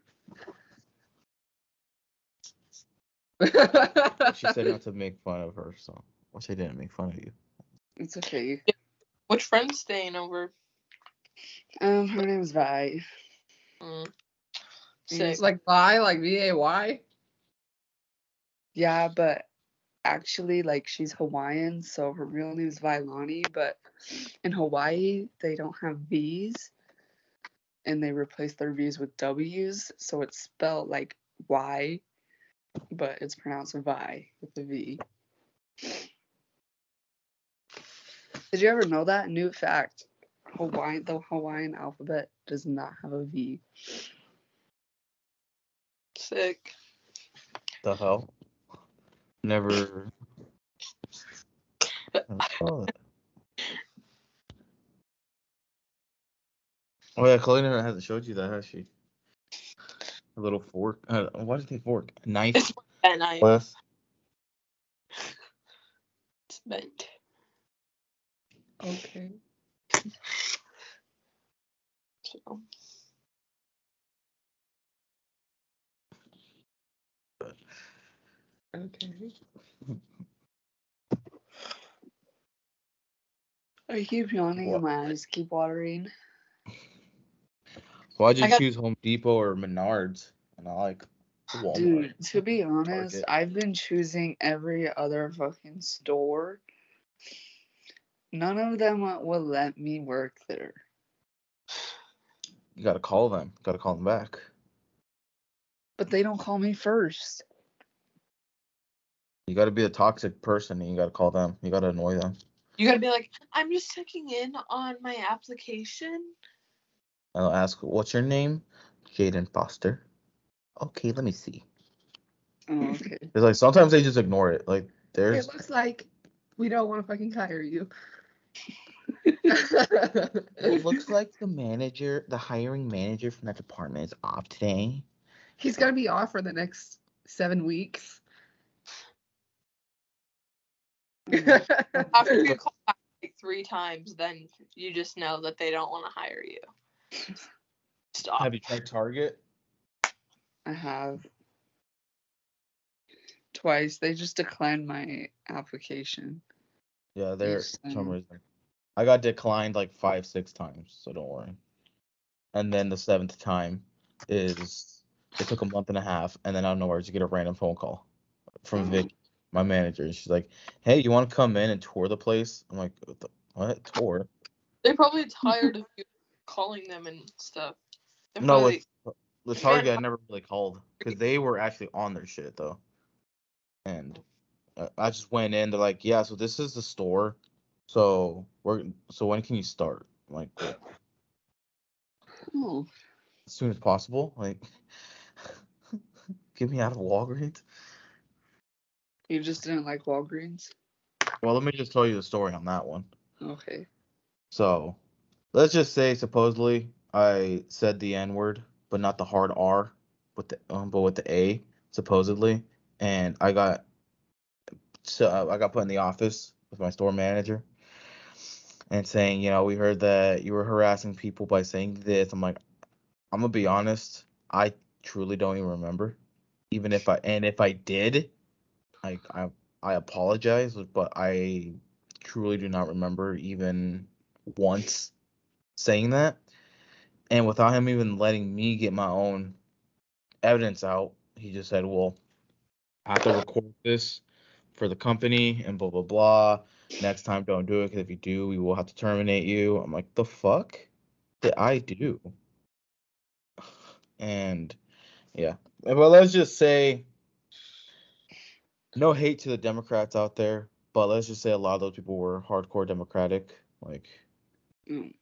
[SPEAKER 5] She said not to make fun of her, so which I didn't make fun of you.
[SPEAKER 7] It's okay.
[SPEAKER 4] Which friend's staying over?
[SPEAKER 7] Um, her name's Vi.
[SPEAKER 4] Mm. Sick.
[SPEAKER 3] It's like by like V A Y.
[SPEAKER 7] Yeah, but actually, like, she's Hawaiian, so her real name's Vailani, but in Hawaii, they don't have V's, and they replace their V's with W's, so it's spelled like Y, but it's pronounced Vi with the V. Did you ever know that new fact? Hawaiian, the Hawaiian alphabet does not have a V.
[SPEAKER 4] Sick.
[SPEAKER 5] The hell? Never. never saw that. Oh yeah, Chloe never hasn't showed you that, has she? A little fork. Uh, why did they fork? A knife.
[SPEAKER 4] It's And I
[SPEAKER 5] Wes?
[SPEAKER 4] spent.
[SPEAKER 3] Okay.
[SPEAKER 4] So.
[SPEAKER 3] Okay.
[SPEAKER 7] I keep yawning and my eyes keep watering.
[SPEAKER 5] Why'd
[SPEAKER 4] I
[SPEAKER 5] you
[SPEAKER 4] got-
[SPEAKER 5] choose Home Depot or Menards? And I like Walmart.
[SPEAKER 7] Dude, to be honest,
[SPEAKER 5] Target.
[SPEAKER 7] I've been choosing every other fucking store. None of them will- will let me work there.
[SPEAKER 5] You gotta call them. Gotta call them back.
[SPEAKER 7] But they don't call me first.
[SPEAKER 5] You gotta be a toxic person and you gotta call them. You gotta annoy them.
[SPEAKER 4] You gotta be like, I'm just checking in on my application.
[SPEAKER 5] And they'll ask, What's your name? Jaden Foster. Okay, let me see.
[SPEAKER 7] Oh, okay.
[SPEAKER 5] It's like sometimes they just ignore it. Like
[SPEAKER 3] It
[SPEAKER 5] there's
[SPEAKER 3] looks like we don't want to fucking hire you.
[SPEAKER 5] it looks like the manager the hiring manager from that department is off today.
[SPEAKER 3] He's gonna be off for the next seven weeks.
[SPEAKER 4] After you call back like three times, then you just know that they don't want to hire you. Stop.
[SPEAKER 5] Have you tried Target?
[SPEAKER 7] I have. Twice. They just declined my application.
[SPEAKER 5] Yeah, they're
[SPEAKER 7] Yes,
[SPEAKER 5] for some
[SPEAKER 7] um,
[SPEAKER 5] reason. I got declined like five, six times, so don't worry. And then the seventh time is it took a month and a half, and then out of nowhere, I just get a random phone call
[SPEAKER 7] Oh.
[SPEAKER 5] from Vic, my manager, and she's like, "Hey, you want to come in and tour the place?" I'm like, "What? The, what tour?"
[SPEAKER 4] They're probably tired of you calling them and stuff. They're
[SPEAKER 5] No,
[SPEAKER 4] probably
[SPEAKER 5] with the Target, I never really called because they were actually on their shit though, and uh, I just went in. They're like, "Yeah, so this is the store, so we're so when can you start?" I'm like, "Well,
[SPEAKER 7] Oh,
[SPEAKER 5] as soon as possible. Like, get me out of Walgreens.
[SPEAKER 7] you just didn't like Walgreens?
[SPEAKER 5] Well, let me just tell you the story on that one.
[SPEAKER 7] Okay.
[SPEAKER 5] So, let's just say supposedly I said the N word, but not the hard R, with the um, but with the A supposedly, and I got so uh, I got put in the office with my store manager. And saying, you know, we heard that you were harassing people by saying this. I'm like, I'm gonna be honest. I truly don't even remember. Even if I and if I did, like I I apologize, but I truly do not remember even once saying that. And without him even letting me get my own evidence out, he just said, "Well, I have to record this for the company and blah blah blah. Next time, don't do it because if you do, we will have to terminate you." I'm like, "The fuck did I do?" And yeah, but let's just say no hate to the Democrats out there, but let's just say a lot of those people were hardcore Democratic. Like,
[SPEAKER 7] Mm.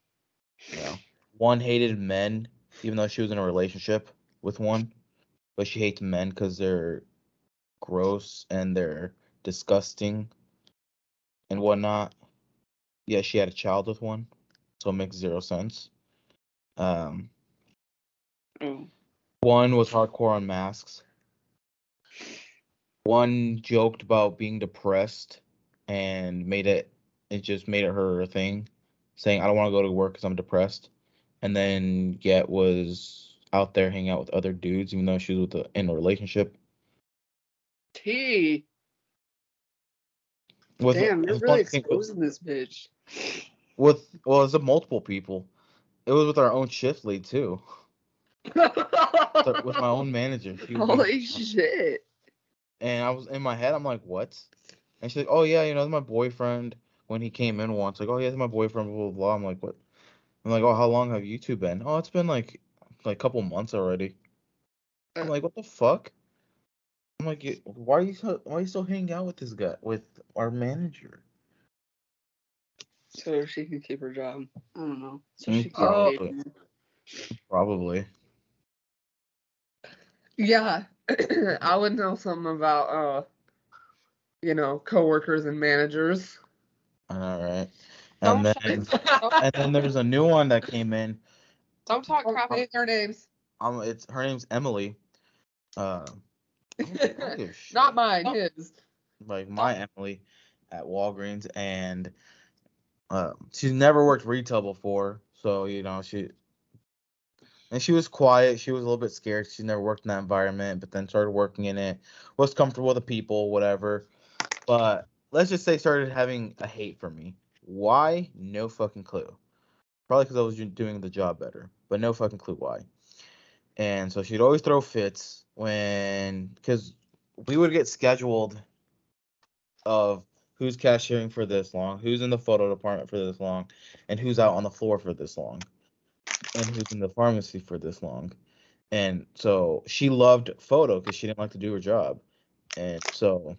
[SPEAKER 5] you know, one hated men, even though she was in a relationship with one, but she hates men because they're gross and they're disgusting and whatnot. Yeah, she had a child with one, so it makes zero sense. Um, Mm.
[SPEAKER 7] Oh.
[SPEAKER 5] One was hardcore on masks. One joked about being depressed and made it it just made it her thing, saying I don't want to go to work because I'm depressed. And then Get was out there hanging out with other dudes, even though she was with a, in a relationship.
[SPEAKER 7] T.
[SPEAKER 5] With
[SPEAKER 7] Damn, you're
[SPEAKER 5] with
[SPEAKER 7] really
[SPEAKER 5] one thing- with,
[SPEAKER 7] exposing this bitch.
[SPEAKER 5] with well, it was multiple people. It was with our own shift lead too, with with my own manager. She was doing-
[SPEAKER 7] Holy shit.
[SPEAKER 5] And I was in my head, I'm like, what? And she's like, oh yeah, you know, that's my boyfriend when he came in once. Like, oh yeah, that's my boyfriend, blah blah blah. I'm like, what? I'm like, oh, how long have you two been? Oh, it's been like like a couple months already. I'm
[SPEAKER 7] Uh.
[SPEAKER 5] like, what the fuck? I'm like, "You- why are you so why are you still hanging out with this guy with our manager?
[SPEAKER 7] So she can keep her job. I don't know. So
[SPEAKER 5] Mm,
[SPEAKER 7] she can
[SPEAKER 5] probably.
[SPEAKER 7] date him.
[SPEAKER 5] Probably.
[SPEAKER 3] yeah, I would know something about uh, you know, coworkers and managers.
[SPEAKER 5] I know, right?
[SPEAKER 4] don't
[SPEAKER 5] And then
[SPEAKER 4] fucking- don't,
[SPEAKER 5] and then there's a new one that came in.
[SPEAKER 4] don't talk crap.
[SPEAKER 3] Name their names,
[SPEAKER 5] Um, it's her name's Emily. Uh, I don't- I don't give a shit.
[SPEAKER 3] not mine,
[SPEAKER 4] Oh.
[SPEAKER 3] his.
[SPEAKER 5] like my Emily at Walgreens, and uh, she's never worked retail before, so you know she. And she was quiet. She was a little bit scared. She never worked in that environment, but then started working in it. Was comfortable with the people, whatever. But let's just say started having a hate for me. Why? No fucking clue. Probably because I was ju- doing the job better, but no fucking clue why. and so she'd always throw fits when because we would get scheduled of who's cashiering for this long, who's in the photo department for this long, and who's out on the floor for this long, and who's in the pharmacy for this long. And so she loved photo because she didn't like to do her job. And so,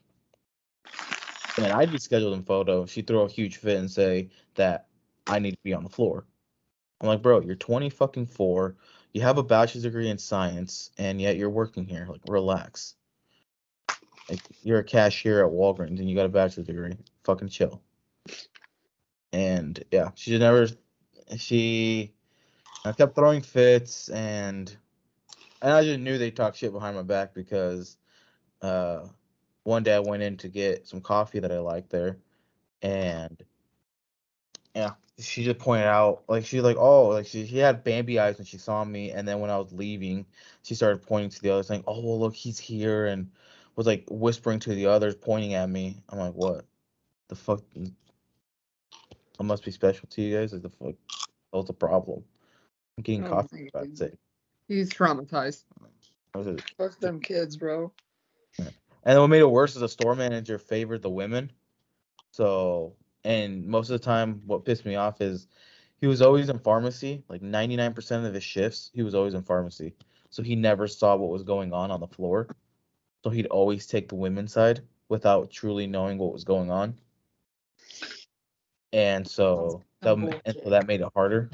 [SPEAKER 5] and I'd be scheduled in photo. She'd throw a huge fit and say that I need to be on the floor. I'm like, bro, you're 20 fucking four. You have a bachelor's degree in science, and yet you're working here. Like, relax. Like, you're a cashier at Walgreens, and you got a bachelor's degree. Fucking chill. And yeah, she just never. She, I kept throwing fits, and and I just knew they talked shit behind my back because, uh, one day I went in to get some coffee that I liked there, and yeah, she just pointed out like she's like oh like she, she had Bambi eyes when she saw me, and then when I was leaving, she started pointing to the others saying oh well look he's here and was like whispering to the others pointing at me. I'm like what the fuck. I must be special to you guys. Like the fuck, what's the problem? I'm getting
[SPEAKER 7] Oh my
[SPEAKER 5] coffee. That's
[SPEAKER 7] goodness.
[SPEAKER 5] it.
[SPEAKER 3] He's traumatized.
[SPEAKER 5] I was a-
[SPEAKER 7] Fuck them kids, bro.
[SPEAKER 5] And then what made it worse is the store manager favored the women. So, and most of the time, what pissed me off is he was always in pharmacy. Like 99% of his shifts, he was always in pharmacy. So he never saw what was going on on the floor. So he'd always take the women's side without truly knowing what was going on. And so that,
[SPEAKER 7] some
[SPEAKER 5] and so that made it harder.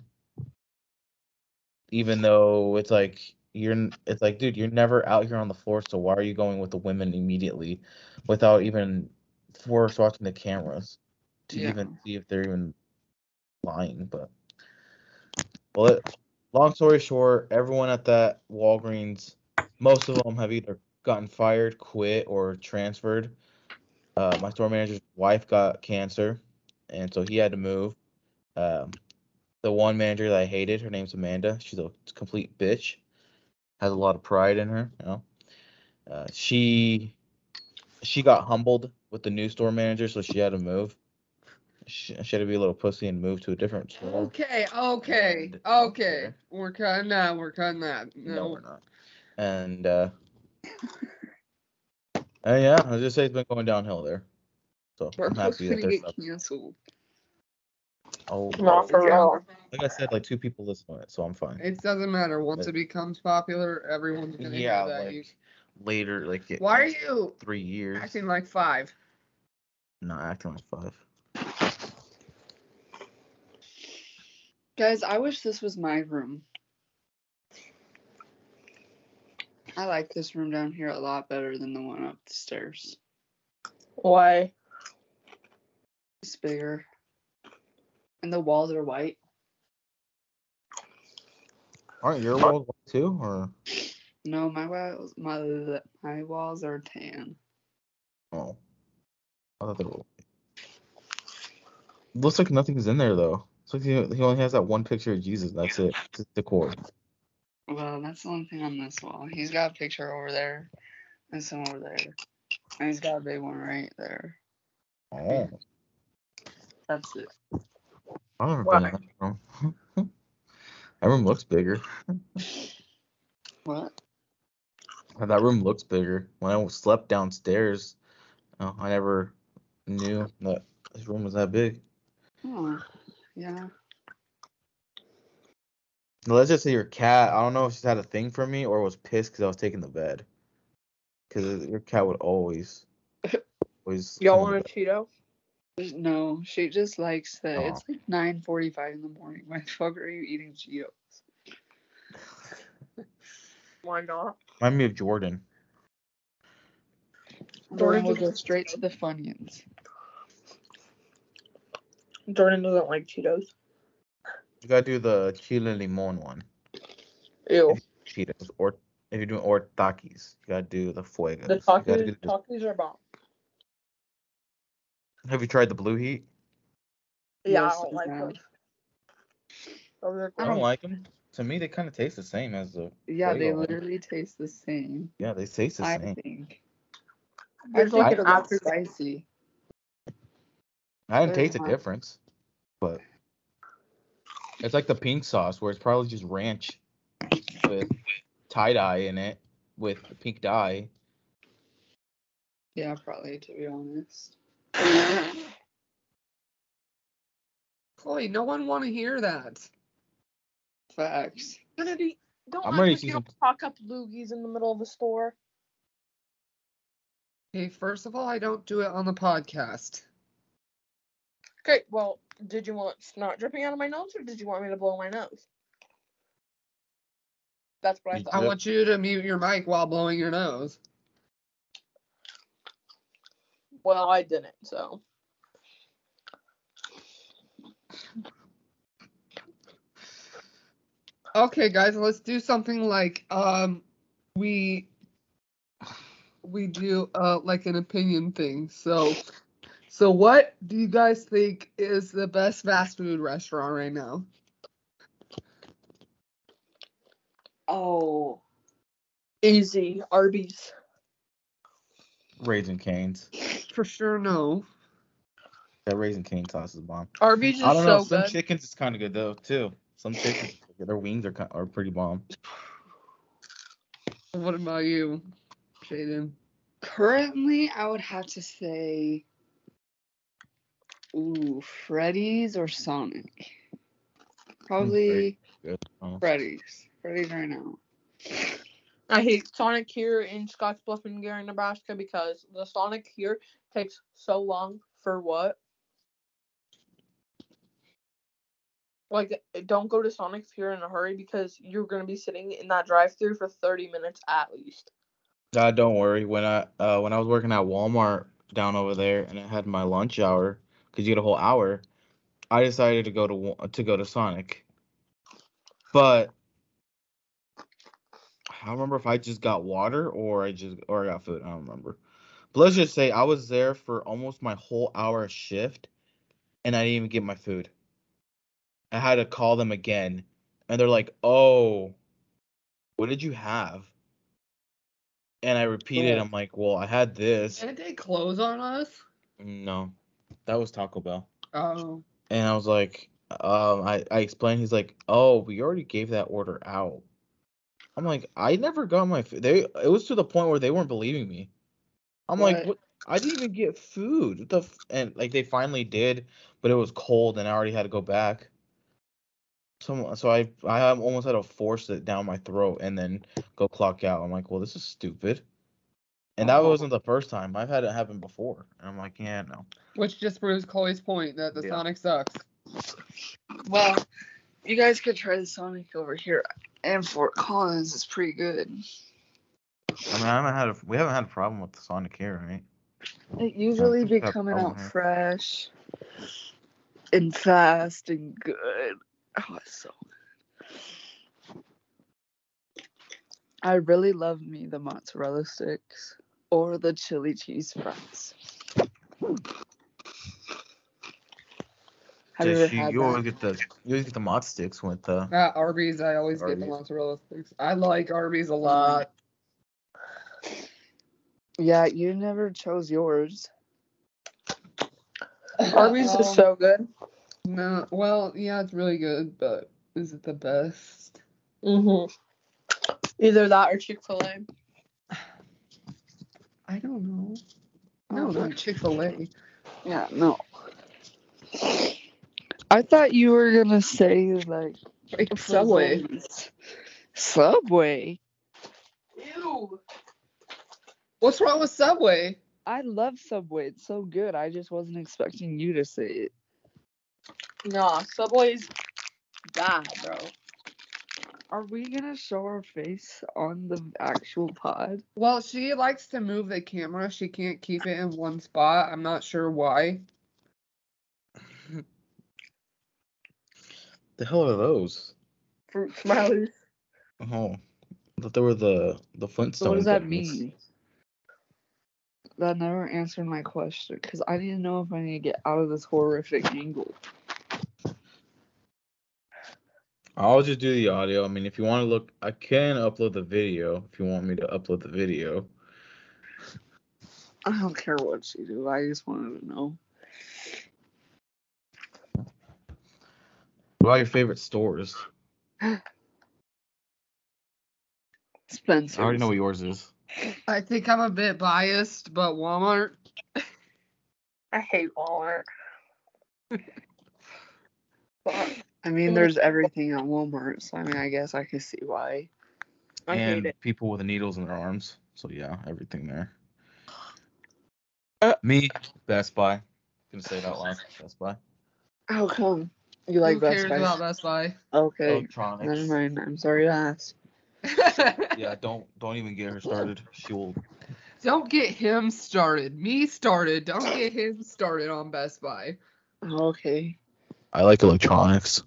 [SPEAKER 5] Even though it's like you're n- it's like dude, you're never out here on the floor, so why are you going with the women immediately without even first watching the cameras to
[SPEAKER 7] Yeah.
[SPEAKER 5] even see if they're even lying, but well it, long story short, everyone at that Walgreens, most of them have either gotten fired, quit, or transferred. Uh, my store manager's wife got cancer, and so he had to move. Um, the one manager that I hated, her name's Amanda. She's a complete bitch. Has a lot of pride in her. You know, uh, she she got humbled with the new store manager, so she had to move. She, she had to be a little pussy and move to a different store.
[SPEAKER 3] Okay, okay,
[SPEAKER 5] And-
[SPEAKER 3] okay. We're cutting that. We're cutting that.
[SPEAKER 5] No,
[SPEAKER 3] No,
[SPEAKER 5] we're not. And uh, and yeah, I just say it's been going downhill there. So
[SPEAKER 7] We're
[SPEAKER 5] I'm happy
[SPEAKER 7] gonna
[SPEAKER 5] that there's
[SPEAKER 7] get canceled.
[SPEAKER 5] oh,
[SPEAKER 4] Not for real.
[SPEAKER 5] like I said, like two people listen to it, so I'm fine.
[SPEAKER 3] it doesn't matter. Once
[SPEAKER 5] But-
[SPEAKER 3] it becomes popular, everyone's gonna
[SPEAKER 5] Yeah,
[SPEAKER 3] hear that.
[SPEAKER 5] like,
[SPEAKER 3] you-
[SPEAKER 5] Later, like it,
[SPEAKER 3] Why are you
[SPEAKER 5] three years?
[SPEAKER 3] acting like five?
[SPEAKER 5] not acting like five.
[SPEAKER 7] Guys, I wish this was my room. I like this room down here a lot better than the one up the stairs.
[SPEAKER 4] Why?
[SPEAKER 7] It's bigger. And the walls are white.
[SPEAKER 5] Aren't your walls white too, or
[SPEAKER 7] No, my walls my my walls are tan.
[SPEAKER 5] oh? I thought they were. white. Looks like nothing's in there though. Looks like he, he only has that one picture of Jesus. That's it. Just decor.
[SPEAKER 7] Well, that's the only thing on this wall. He's got a picture over there and some over there. And he's got a big one right there.
[SPEAKER 5] Oh,
[SPEAKER 7] That's it.
[SPEAKER 5] I've never been in that room. that room looks bigger.
[SPEAKER 7] What?
[SPEAKER 5] Uh, That room looks bigger. When I slept downstairs, uh, I never knew that this room was that big.
[SPEAKER 7] Oh, yeah.
[SPEAKER 5] Now, let's just say your cat. I don't know if she's had a thing for me or was pissed because I was taking the bed. Because your cat would always, always.
[SPEAKER 4] Y'all
[SPEAKER 5] come
[SPEAKER 4] want a
[SPEAKER 5] to
[SPEAKER 4] Cheeto?
[SPEAKER 7] No, she just likes that.
[SPEAKER 5] Aw.
[SPEAKER 7] It's like nine forty-five in the morning. Why the fuck are you eating Cheetos?
[SPEAKER 4] Why not?
[SPEAKER 5] bed. Remind me of Jordan.
[SPEAKER 7] Jordan
[SPEAKER 4] Jordan
[SPEAKER 7] will
[SPEAKER 4] doesn't-
[SPEAKER 7] go straight to the Funyuns.
[SPEAKER 4] Jordan doesn't like Cheetos.
[SPEAKER 5] You gotta do the chile limon one.
[SPEAKER 4] Ew.
[SPEAKER 5] Cheetos or if you're doing or takis, you gotta do the fuegos.
[SPEAKER 4] The
[SPEAKER 5] you gotta do
[SPEAKER 4] Takis,
[SPEAKER 5] the-
[SPEAKER 4] Takis are bomb.
[SPEAKER 5] Have you tried the blue heat?
[SPEAKER 4] Yeah,
[SPEAKER 7] Yes,
[SPEAKER 4] I don't
[SPEAKER 7] I
[SPEAKER 4] like
[SPEAKER 7] have.
[SPEAKER 4] them. Those are
[SPEAKER 5] I
[SPEAKER 4] gross.
[SPEAKER 5] don't like them. To me, they kind of taste the same as the.
[SPEAKER 7] Yeah, they
[SPEAKER 5] fuego one.
[SPEAKER 7] literally taste the same.
[SPEAKER 5] Yeah, they taste the
[SPEAKER 7] I
[SPEAKER 5] same.
[SPEAKER 7] think. I
[SPEAKER 4] There's
[SPEAKER 7] think
[SPEAKER 4] like
[SPEAKER 7] it's
[SPEAKER 4] an
[SPEAKER 7] not
[SPEAKER 4] after.
[SPEAKER 7] spicy.
[SPEAKER 5] I didn't
[SPEAKER 7] They're
[SPEAKER 5] taste a
[SPEAKER 7] not.
[SPEAKER 5] difference, but it's like the pink sauce where it's probably just ranch with tie dye in it with pink dye.
[SPEAKER 7] Yeah, probably to be honest.
[SPEAKER 3] Chloe, no one want to hear that.
[SPEAKER 7] Facts.
[SPEAKER 4] You're gonna be. Don't
[SPEAKER 5] I'm
[SPEAKER 4] I'm
[SPEAKER 5] ready
[SPEAKER 4] ready
[SPEAKER 5] to see some-
[SPEAKER 4] talk up loogies in the middle of the store.
[SPEAKER 3] Okay, first of all, I don't do it on the podcast.
[SPEAKER 4] Great. Well, did you want snot dripping out of my nose, or did you want me to blow my nose? That's what I
[SPEAKER 5] You
[SPEAKER 4] thought.
[SPEAKER 3] I
[SPEAKER 5] Yep.
[SPEAKER 3] want you to mute your mic while blowing your nose.
[SPEAKER 4] Well, I didn't. So
[SPEAKER 3] Okay, guys, let's do something like um we we do uh like an opinion thing. So so what do you guys think is the best fast food restaurant right now?
[SPEAKER 7] Oh,
[SPEAKER 4] easy. Arby's.
[SPEAKER 5] Raisin canes.
[SPEAKER 3] For sure no.
[SPEAKER 5] That raisin cane sauce is bomb.
[SPEAKER 4] Arby's is
[SPEAKER 5] I don't know.
[SPEAKER 4] so
[SPEAKER 5] some
[SPEAKER 4] good.
[SPEAKER 5] chickens is kind of good though too. Some chickens, their wings are kind are pretty bomb.
[SPEAKER 3] What about you, Jaden?
[SPEAKER 7] currently I would have to say, ooh, Freddy's or Sonic. Probably
[SPEAKER 5] Good. Oh.
[SPEAKER 7] Freddy's. Freddy's right now.
[SPEAKER 4] I hate Sonic here in Scottsbluff and Gary, Nebraska because the Sonic here takes so long for what? Like, don't go to Sonic here in a hurry because you're gonna be sitting in that drive-through for 30 minutes at least.
[SPEAKER 5] God, don't worry. When I uh when I was working at Walmart down over there, and I had my lunch hour because you get a whole hour, I decided to go to Wa- to go to Sonic. But I don't remember if I just got water or I just or I got food. I don't remember. But let's just say I was there for almost my whole hour shift, and I didn't even get my food. I had to call them again, and they're like, "Oh, what did you have?" And I repeated.
[SPEAKER 3] Oh.
[SPEAKER 5] I'm like, "Well, I had this."
[SPEAKER 3] Did
[SPEAKER 5] Mm,
[SPEAKER 3] they close on us?
[SPEAKER 5] No, that was Taco Bell.
[SPEAKER 3] Oh.
[SPEAKER 5] And I was like, um, I, I explained. He's like, oh, we already gave that order out. I'm like, I never got my food. They it was to the point where they weren't believing me. I'm like,
[SPEAKER 7] What?
[SPEAKER 5] what? I didn't even get food. What The f-? and like they finally did, but it was cold and I already had to go back. So so I I almost had to force it down my throat and then go clock out. I'm like, well, this is stupid. And that
[SPEAKER 7] Oh.
[SPEAKER 5] wasn't the first time. I've had it happen before. And I'm like, yeah, no.
[SPEAKER 3] Which just proves Chloe's point that the
[SPEAKER 5] Yeah.
[SPEAKER 3] Sonic sucks.
[SPEAKER 7] Well, you guys could try the Sonic over here. And Fort Collins is pretty good.
[SPEAKER 5] I mean, I haven't had a, we haven't had a problem with the Sonic here, right?
[SPEAKER 7] It usually be
[SPEAKER 5] got
[SPEAKER 7] coming
[SPEAKER 5] problem
[SPEAKER 7] out
[SPEAKER 5] here.
[SPEAKER 7] fresh and fast and good. Oh, it's so good. I really love me the mozzarella sticks or the chili cheese fries. Have you ever
[SPEAKER 5] Just you,
[SPEAKER 7] had
[SPEAKER 5] you always
[SPEAKER 7] that?
[SPEAKER 5] get the you always get the mod sticks with uh
[SPEAKER 3] At Arby's, I always get the
[SPEAKER 5] Arby's. Mm-hmm.
[SPEAKER 3] mozzarella sticks. I like Arby's a lot.
[SPEAKER 7] Yeah, you never chose yours.
[SPEAKER 4] Arby's is
[SPEAKER 3] Um,
[SPEAKER 4] so good.
[SPEAKER 3] No, well, yeah, it's really good, but is it the best?
[SPEAKER 4] hmm Either that or Chick Fil A.
[SPEAKER 3] I don't know.
[SPEAKER 7] Oh,
[SPEAKER 3] No, not Chick Fil A.
[SPEAKER 7] Yeah, no. I thought you were gonna say like
[SPEAKER 3] Subway.
[SPEAKER 7] Frisbees. Subway.
[SPEAKER 4] Ew.
[SPEAKER 3] What's wrong with Subway?
[SPEAKER 7] I love Subway. It's so good. I just wasn't expecting you to say it.
[SPEAKER 4] Nah, Subway's bad, bro.
[SPEAKER 7] Are we gonna show our face on the actual pod?
[SPEAKER 3] Well, she likes to move the camera. She can't keep it in one spot. I'm not sure why.
[SPEAKER 5] the hell are those?
[SPEAKER 4] Fruit smileys.
[SPEAKER 5] Oh, I thought they were the the Flintstones.
[SPEAKER 7] So what does that
[SPEAKER 5] bunnies.
[SPEAKER 7] mean? That never answered my question because I need to know if I need to get out of this horrific angle.
[SPEAKER 5] I'll just do the audio. I mean, if you want to look, I can upload the video if you want me to upload the video.
[SPEAKER 7] I don't care what you do. I just wanted to know.
[SPEAKER 5] What are your favorite stores?
[SPEAKER 7] Spencer.
[SPEAKER 5] I already know what yours is.
[SPEAKER 3] I think I'm a bit biased, but Walmart.
[SPEAKER 4] I hate Walmart.
[SPEAKER 7] I mean, there's everything at Walmart, so I mean, I guess I can see why.
[SPEAKER 4] I hate
[SPEAKER 5] and
[SPEAKER 4] it.
[SPEAKER 5] people with needles in their arms. So yeah, everything there.
[SPEAKER 4] Uh.
[SPEAKER 5] Me, Best Buy. Gonna say it out loud. Best Buy.
[SPEAKER 7] How come you like
[SPEAKER 3] Who
[SPEAKER 7] Best
[SPEAKER 3] cares
[SPEAKER 7] Buy?
[SPEAKER 3] about Best Buy?
[SPEAKER 7] okay,
[SPEAKER 5] Electronics.
[SPEAKER 7] never mind. I'm sorry to ask.
[SPEAKER 5] Yeah, don't don't even get her started. She will.
[SPEAKER 3] Don't get him started. Me started. Don't get him started on Best Buy.
[SPEAKER 7] Okay,
[SPEAKER 5] I like electronics.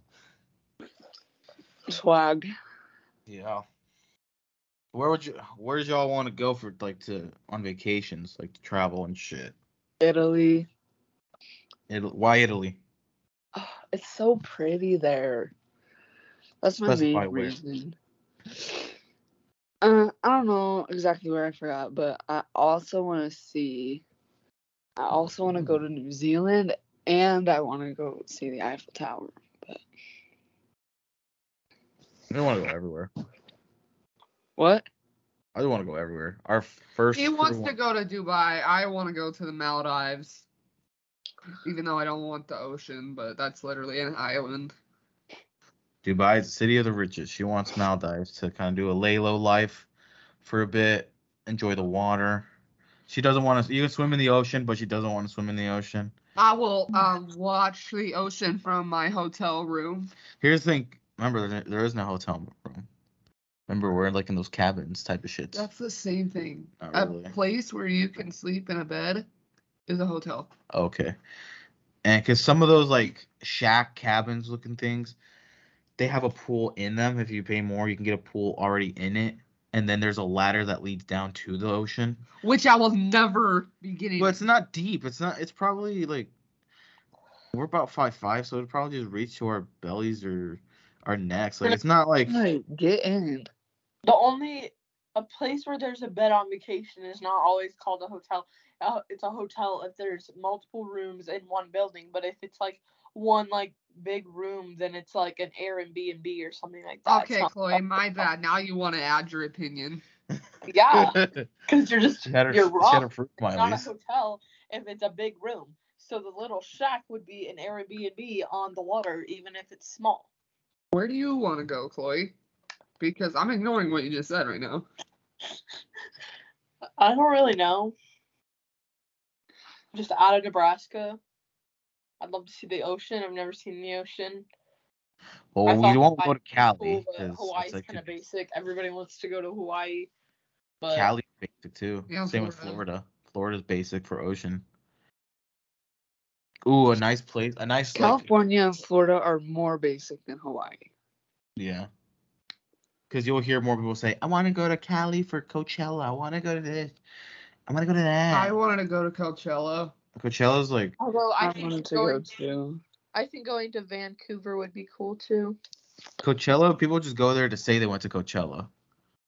[SPEAKER 7] swag.
[SPEAKER 5] Yeah. Where would you? Where did y'all want to go for like to on vacations, like to travel and shit?
[SPEAKER 7] Italy.
[SPEAKER 5] Italy, why Italy?
[SPEAKER 7] Oh, it's so pretty there. That's my
[SPEAKER 5] Specify
[SPEAKER 7] main
[SPEAKER 5] where.
[SPEAKER 7] reason. Uh, I don't know exactly where I forgot, but I also want to see. I also want to go to New Zealand, and I want to go see the Eiffel Tower.
[SPEAKER 5] I don't want to go everywhere.
[SPEAKER 7] What?
[SPEAKER 5] I don't want to go everywhere. Our first.
[SPEAKER 3] He wants to
[SPEAKER 5] one-
[SPEAKER 3] go to Dubai. I want to go to the Maldives. Even though I don't want the ocean, but that's literally an island.
[SPEAKER 5] Dubai is the city of the riches. She wants Maldives to kind of do a lay low life for a bit, enjoy the water. She doesn't want to. You can swim in the ocean, but she doesn't want to swim in the ocean.
[SPEAKER 3] I will um, watch the ocean from my hotel room.
[SPEAKER 5] Here's the thing. Remember, there- there is no hotel room. Remember, we're like in those cabins type of shits.
[SPEAKER 3] That's the same thing.
[SPEAKER 5] Not
[SPEAKER 3] A
[SPEAKER 5] really.
[SPEAKER 3] place where you can sleep in a bed is a hotel.
[SPEAKER 5] Okay. And because some of those like shack cabins looking things, they have a pool in them. If you pay more, you can get a pool already in it. And then there's a ladder that leads down to the ocean.
[SPEAKER 3] Which I will never be getting.
[SPEAKER 5] But it's not deep. It's not. It's probably like we're about five five, so it probably just reach to our bellies or our necks. Like it's not like
[SPEAKER 7] Like, get in.
[SPEAKER 4] The only a place where there's a bed on vacation is not always called a hotel. Uh, it's a hotel if there's multiple rooms in one building, but if it's like one like big room, then it's like an Airbnb or something like that. It's
[SPEAKER 3] okay,
[SPEAKER 4] not-
[SPEAKER 3] Chloe, my bad. Now you want to add your opinion.
[SPEAKER 4] Yeah, because you're just
[SPEAKER 5] she had her,
[SPEAKER 4] you're
[SPEAKER 5] she had
[SPEAKER 4] wrong.
[SPEAKER 5] her fruit
[SPEAKER 4] It's not a
[SPEAKER 5] mileys.
[SPEAKER 4] hotel if it's a big room. So the little shack would be an Airbnb on the water, even if it's small.
[SPEAKER 3] Where do you want to go, Chloe? Because I'm ignoring what you just said right now.
[SPEAKER 4] I don't really know. Just out of Nebraska. I'd love to see the ocean. I've never seen the ocean. I
[SPEAKER 5] Well,
[SPEAKER 4] thought
[SPEAKER 5] we won't go
[SPEAKER 4] Hawaii
[SPEAKER 5] to
[SPEAKER 4] was
[SPEAKER 5] Cali
[SPEAKER 4] cool, but
[SPEAKER 5] because
[SPEAKER 4] Hawaii's
[SPEAKER 5] it's like
[SPEAKER 4] kind of basic. Everybody wants to go to Hawaii, but
[SPEAKER 5] Cali basic too.
[SPEAKER 3] Yeah,
[SPEAKER 5] Same with
[SPEAKER 3] Florida.
[SPEAKER 5] Florida. Florida's basic for ocean. Ooh, a nice place. A nice like
[SPEAKER 7] California and Florida are more basic than Hawaii.
[SPEAKER 5] yeah. Because you'll hear more people say, "I want to go to Cali for Coachella. I want to go to this. I want to go to that."
[SPEAKER 3] I wanted to go to Coachella.
[SPEAKER 5] Coachella's like
[SPEAKER 4] although I
[SPEAKER 7] I, wanted
[SPEAKER 4] think
[SPEAKER 7] to go
[SPEAKER 4] going,
[SPEAKER 7] to.
[SPEAKER 4] I think going to Vancouver would be cool too.
[SPEAKER 5] Coachella. People just go there to say they went to Coachella.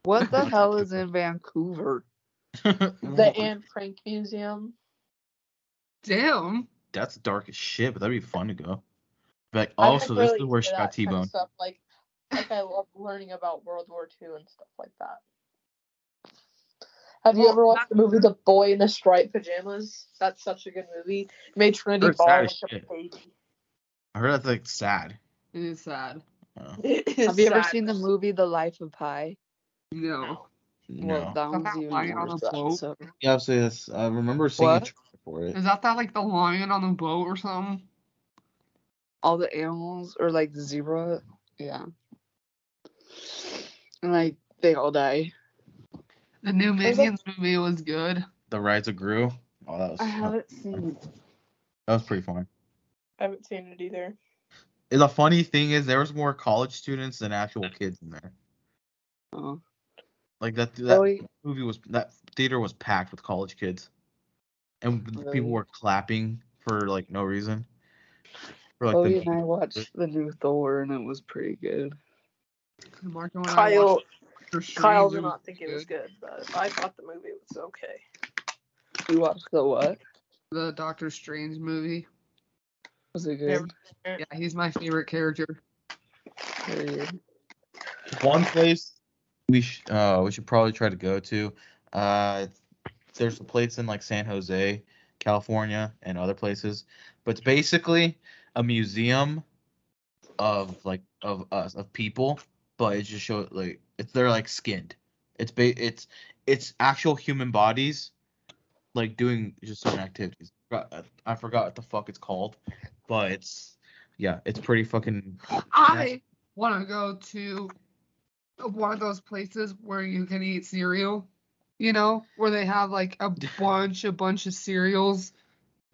[SPEAKER 7] What the hell is in Vancouver?
[SPEAKER 4] The Anne Frank Museum.
[SPEAKER 3] Damn.
[SPEAKER 5] That's dark as shit, but that'd be fun to go. But
[SPEAKER 4] I'm,
[SPEAKER 5] also,
[SPEAKER 4] like,
[SPEAKER 5] this
[SPEAKER 4] really
[SPEAKER 5] is where
[SPEAKER 4] into
[SPEAKER 5] she
[SPEAKER 4] that
[SPEAKER 5] got
[SPEAKER 4] kind of
[SPEAKER 5] T-boned.
[SPEAKER 4] stuff. Like, like I love learning about World War II and stuff like that. Have you
[SPEAKER 3] Well,
[SPEAKER 4] ever watched the movie The Boy in the Striped Pajamas? That's such a good movie. Made Trinity
[SPEAKER 5] That's sad
[SPEAKER 4] Ball
[SPEAKER 5] as
[SPEAKER 4] like a
[SPEAKER 5] shit.
[SPEAKER 4] baby.
[SPEAKER 5] I heard that's like sad.
[SPEAKER 3] It is sad.
[SPEAKER 5] Uh,
[SPEAKER 7] Have you ever seen the movie The Life of Pi?
[SPEAKER 3] No.
[SPEAKER 7] Well,
[SPEAKER 5] no.
[SPEAKER 7] that one's
[SPEAKER 3] About
[SPEAKER 7] even
[SPEAKER 3] lying on a
[SPEAKER 7] worse. That
[SPEAKER 3] boat?
[SPEAKER 7] sucks.
[SPEAKER 5] Yeah, so yes, I remember seeing a
[SPEAKER 7] What?
[SPEAKER 5] trailer for it.
[SPEAKER 3] Is that that like the lion on the boat or something?
[SPEAKER 7] All the animals or like the zebra. Yeah. And like they all die.
[SPEAKER 3] The new
[SPEAKER 4] Is it-
[SPEAKER 3] Minions movie was good.
[SPEAKER 5] The Rise of Gru. Oh, that was
[SPEAKER 7] I haven't seen it.
[SPEAKER 5] that was pretty fun.
[SPEAKER 4] I haven't seen it either.
[SPEAKER 5] The funny thing is, there was more college students than actual kids in there.
[SPEAKER 7] Oh.
[SPEAKER 5] Like that that
[SPEAKER 7] Really?
[SPEAKER 5] movie was that theater was packed with college kids, and
[SPEAKER 7] Really?
[SPEAKER 5] people were clapping for like no reason. For like
[SPEAKER 7] Chloe
[SPEAKER 5] the
[SPEAKER 7] and I watched the new Thor and it was pretty good.
[SPEAKER 3] Marco and I watched
[SPEAKER 4] Kyle,
[SPEAKER 3] Doctor Strange,
[SPEAKER 4] Kyle
[SPEAKER 3] it
[SPEAKER 4] did
[SPEAKER 3] was
[SPEAKER 4] not think it was good, but I thought the movie was okay.
[SPEAKER 7] You watched the what?
[SPEAKER 3] The Doctor Strange movie.
[SPEAKER 7] Was it
[SPEAKER 4] Never-
[SPEAKER 7] good?
[SPEAKER 3] Yeah, he's my favorite character.
[SPEAKER 7] Period.
[SPEAKER 5] one place we sh- uh we should probably try to go to. Uh, there's a place in like San Jose, California, and other places, but it's basically a museum of like of us of people, but it just show like it's they're like skinned. It's ba- it's it's actual human bodies, like doing just certain activities. Forgot- I forgot what the fuck it's called, but it's yeah, it's pretty fucking.
[SPEAKER 3] I want to go to one of those places where you can eat cereal. You know, where they have like a bunch, a bunch of cereals,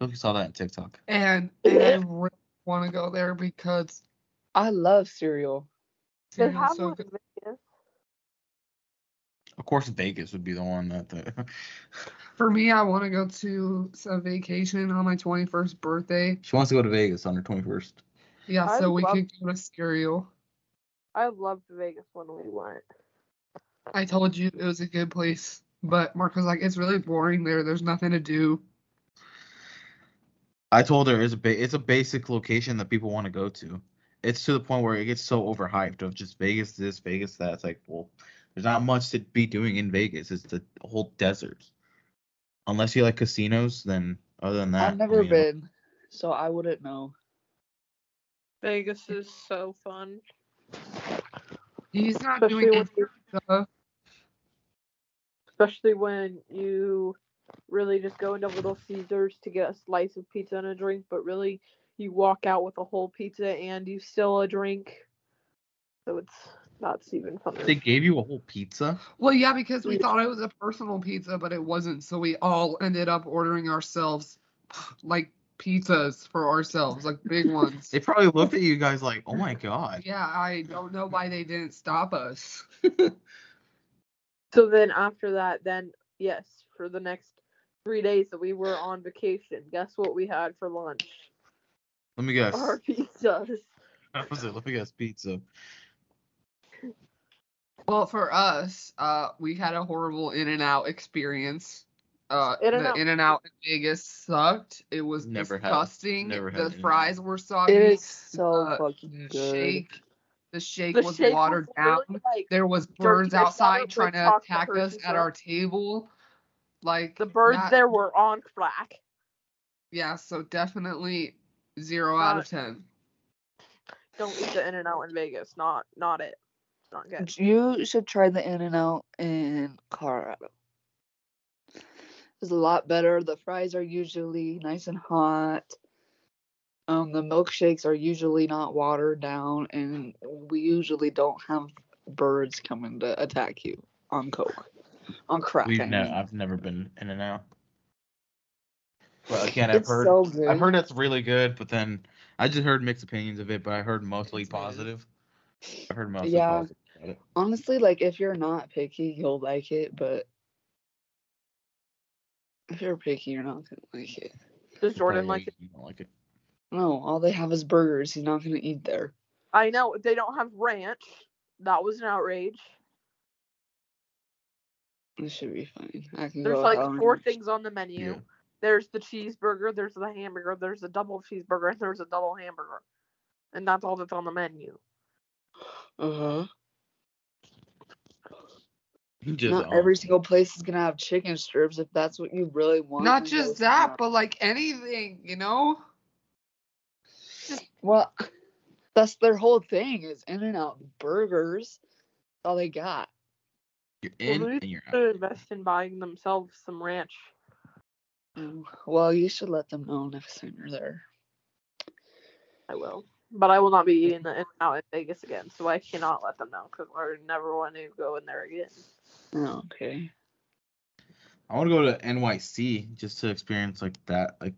[SPEAKER 5] I think you saw that on TikTok.
[SPEAKER 3] and, and I really want to go there because
[SPEAKER 7] I love cereal.
[SPEAKER 4] They
[SPEAKER 3] cereal's
[SPEAKER 4] have
[SPEAKER 3] so
[SPEAKER 4] one
[SPEAKER 3] good.
[SPEAKER 4] in Vegas.
[SPEAKER 5] Of course, Vegas would be the one that. The,
[SPEAKER 3] For me, I want to go to a vacation on my 21st birthday.
[SPEAKER 5] she wants to go to Vegas on her twenty first.
[SPEAKER 3] Yeah,
[SPEAKER 4] I
[SPEAKER 3] so we
[SPEAKER 4] love-
[SPEAKER 3] could go to cereal.
[SPEAKER 4] I loved Vegas when we went.
[SPEAKER 3] I told you it was a good place, but Mark was like, it's really boring there. There's nothing to do.
[SPEAKER 5] I told her it's a ba- it's a basic location that people want to go to. It's to the point where it gets so overhyped of just Vegas this, Vegas that. It's like, well, there's not much to be doing in Vegas. It's the whole desert. Unless you like casinos, then other than that,
[SPEAKER 7] I've
[SPEAKER 5] I
[SPEAKER 7] never
[SPEAKER 5] mean,
[SPEAKER 7] been, so I wouldn't know.
[SPEAKER 4] Vegas is so fun.
[SPEAKER 3] He's not
[SPEAKER 4] Especially
[SPEAKER 3] doing
[SPEAKER 4] when,
[SPEAKER 3] any
[SPEAKER 4] you,
[SPEAKER 3] stuff.
[SPEAKER 4] especially when you really just go into Little Caesars to get a slice of pizza and a drink, but really you walk out with a whole pizza and you still a drink. So it's that's even funner.
[SPEAKER 5] they gave you a whole pizza.
[SPEAKER 3] Well, yeah, because we
[SPEAKER 4] Yeah.
[SPEAKER 3] thought it was a personal pizza, but it wasn't. So we all ended up ordering ourselves like pizzas for ourselves, like big ones.
[SPEAKER 5] They probably looked at you guys like, oh my god.
[SPEAKER 3] Yeah, I don't know why they didn't stop us.
[SPEAKER 4] So then after that, then yes, for the next three days that we were on vacation, guess what we had for lunch?
[SPEAKER 5] Let me guess.
[SPEAKER 4] Our pizzas.
[SPEAKER 5] That was it. Let me guess. Pizza.
[SPEAKER 3] Well, for us, uh, we had a horrible In and Out experience. Uh,
[SPEAKER 4] In-N-Out-
[SPEAKER 3] the In and Out in Vegas sucked. It was
[SPEAKER 5] Never had-
[SPEAKER 3] disgusting.
[SPEAKER 5] never had
[SPEAKER 3] the
[SPEAKER 5] In-N-Out.
[SPEAKER 3] fries were soggy.
[SPEAKER 7] It is so
[SPEAKER 3] Uh,
[SPEAKER 7] fucking
[SPEAKER 3] the
[SPEAKER 7] good.
[SPEAKER 3] shake, the shake
[SPEAKER 4] The
[SPEAKER 3] was
[SPEAKER 4] shake
[SPEAKER 3] watered
[SPEAKER 4] was really,
[SPEAKER 3] down.
[SPEAKER 4] like,
[SPEAKER 3] There was birds
[SPEAKER 4] I thought
[SPEAKER 3] outside
[SPEAKER 4] it
[SPEAKER 3] trying
[SPEAKER 4] would
[SPEAKER 3] to
[SPEAKER 4] talk to
[SPEAKER 3] attack
[SPEAKER 4] her,
[SPEAKER 3] us
[SPEAKER 4] she
[SPEAKER 3] at
[SPEAKER 4] said.
[SPEAKER 3] our table. Like
[SPEAKER 4] The birds
[SPEAKER 3] not-
[SPEAKER 4] there were on crack.
[SPEAKER 3] Yeah, so definitely zero out of ten.
[SPEAKER 4] Don't eat the In and Out in Vegas. Not not it. Not good.
[SPEAKER 7] You should try the In and Out in Colorado. It's a lot better. The fries are usually nice and hot. Um, the milkshakes are usually not watered down, and we usually don't have birds coming to attack you on coke, on crack.
[SPEAKER 5] We've
[SPEAKER 7] I
[SPEAKER 5] never.
[SPEAKER 7] mean.
[SPEAKER 5] I've never been in and out. But again, I've
[SPEAKER 7] it's
[SPEAKER 5] heard.
[SPEAKER 7] so good.
[SPEAKER 5] I've heard it's really good, but then I just heard mixed opinions of it. But I heard mostly
[SPEAKER 3] It's good.
[SPEAKER 5] positive. I heard mostly
[SPEAKER 7] Yeah.
[SPEAKER 5] positive about it.
[SPEAKER 7] honestly, like if you're not picky, you'll like it, but if you're picky, you're not gonna like it.
[SPEAKER 4] Does
[SPEAKER 5] It's
[SPEAKER 4] Jordan
[SPEAKER 5] probably
[SPEAKER 4] like it?
[SPEAKER 5] why You don't like it.
[SPEAKER 7] No, all they have is burgers. He's not gonna eat there.
[SPEAKER 4] I know they don't have ranch. That was an outrage.
[SPEAKER 7] This should be fine. I can
[SPEAKER 4] There's
[SPEAKER 7] go.
[SPEAKER 4] like
[SPEAKER 7] however
[SPEAKER 4] four
[SPEAKER 7] much-
[SPEAKER 4] things on the menu.
[SPEAKER 5] Yeah.
[SPEAKER 4] There's the cheeseburger, there's the hamburger, there's the double cheeseburger, and there's a double hamburger. And that's all that's on the menu.
[SPEAKER 7] Uh-huh.
[SPEAKER 5] He just
[SPEAKER 7] Not
[SPEAKER 5] um,
[SPEAKER 7] every single place is gonna have chicken strips if that's what you really want.
[SPEAKER 3] Not
[SPEAKER 7] then
[SPEAKER 3] just
[SPEAKER 7] go
[SPEAKER 3] that,
[SPEAKER 7] somewhere.
[SPEAKER 3] but like anything, you know?
[SPEAKER 7] well, that's their whole thing is In and Out burgers. All they got.
[SPEAKER 5] You're
[SPEAKER 4] Well,
[SPEAKER 5] in
[SPEAKER 4] we
[SPEAKER 5] and you're out.
[SPEAKER 4] should invest in buying themselves some ranch.
[SPEAKER 7] Mm, Well, you should let them know next time you're there.
[SPEAKER 4] I will. But I will not be eating the in out in Vegas again, so I cannot let them know because I never want to go in there again.
[SPEAKER 7] Oh, okay.
[SPEAKER 5] I want to go to NYC just to experience like that. Like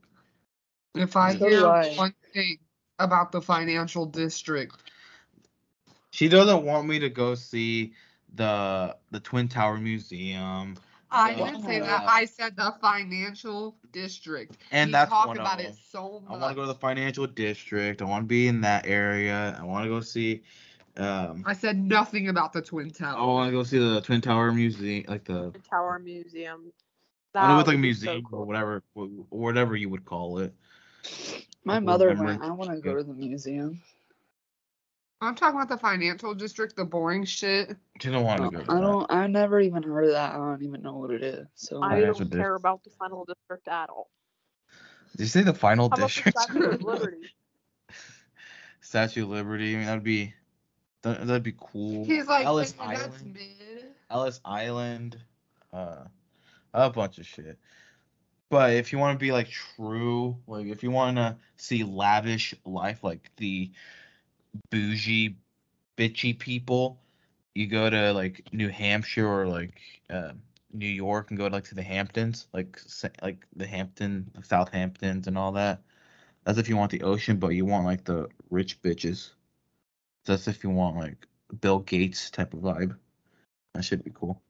[SPEAKER 3] If I
[SPEAKER 5] So
[SPEAKER 3] hear
[SPEAKER 7] do I.
[SPEAKER 3] one thing about the financial district,
[SPEAKER 5] she doesn't want me to go see the the Twin Tower Museum.
[SPEAKER 3] I
[SPEAKER 5] Yeah.
[SPEAKER 3] didn't say that.
[SPEAKER 5] Yeah.
[SPEAKER 3] I said the financial district.
[SPEAKER 5] And
[SPEAKER 3] he
[SPEAKER 5] that's
[SPEAKER 3] talked
[SPEAKER 5] one of
[SPEAKER 3] about
[SPEAKER 5] them.
[SPEAKER 3] it so much.
[SPEAKER 5] I want to go to the financial district. I want to be in that area. I want to go see. Um,
[SPEAKER 3] I said nothing about the twin
[SPEAKER 5] I
[SPEAKER 3] towers.
[SPEAKER 5] want to go see the Twin Tower Museum, like the
[SPEAKER 4] The Tower Museum.
[SPEAKER 5] I don't know,
[SPEAKER 4] That
[SPEAKER 5] it's like a
[SPEAKER 4] would be so
[SPEAKER 5] museum
[SPEAKER 4] cool.
[SPEAKER 5] or whatever, wh- whatever you would call it.
[SPEAKER 7] My
[SPEAKER 5] Like,
[SPEAKER 7] mother
[SPEAKER 5] remembering-
[SPEAKER 7] went. I want to go to the museum.
[SPEAKER 3] I'm talking about the financial district, the boring shit.
[SPEAKER 5] Didn't want to go. to
[SPEAKER 7] Oh,
[SPEAKER 5] that.
[SPEAKER 7] I don't. I never even heard of that. I don't even know what it is. So
[SPEAKER 5] I
[SPEAKER 4] I
[SPEAKER 5] answered
[SPEAKER 4] don't
[SPEAKER 5] this.
[SPEAKER 4] care about the final district at all.
[SPEAKER 5] Did you say the final
[SPEAKER 4] How about the
[SPEAKER 5] district?
[SPEAKER 4] Statue of Liberty?
[SPEAKER 5] Statue of Liberty. I mean, that'd be that, that'd be cool.
[SPEAKER 3] He's like,
[SPEAKER 5] Ellis
[SPEAKER 3] "Man, that's
[SPEAKER 5] Island.
[SPEAKER 3] mid.
[SPEAKER 5] Ellis Island. Uh, a bunch of shit. But if you want to be like true, like if you want to see lavish life, like the bougie, bitchy people, you go to like New Hampshire or like uh, New York and go like to the Hamptons, like Sa- like the Hampton, South Hamptons, and all that. That's if you want the ocean, but you want like the rich bitches. That's if you want like Bill Gates type of vibe. That should be cool.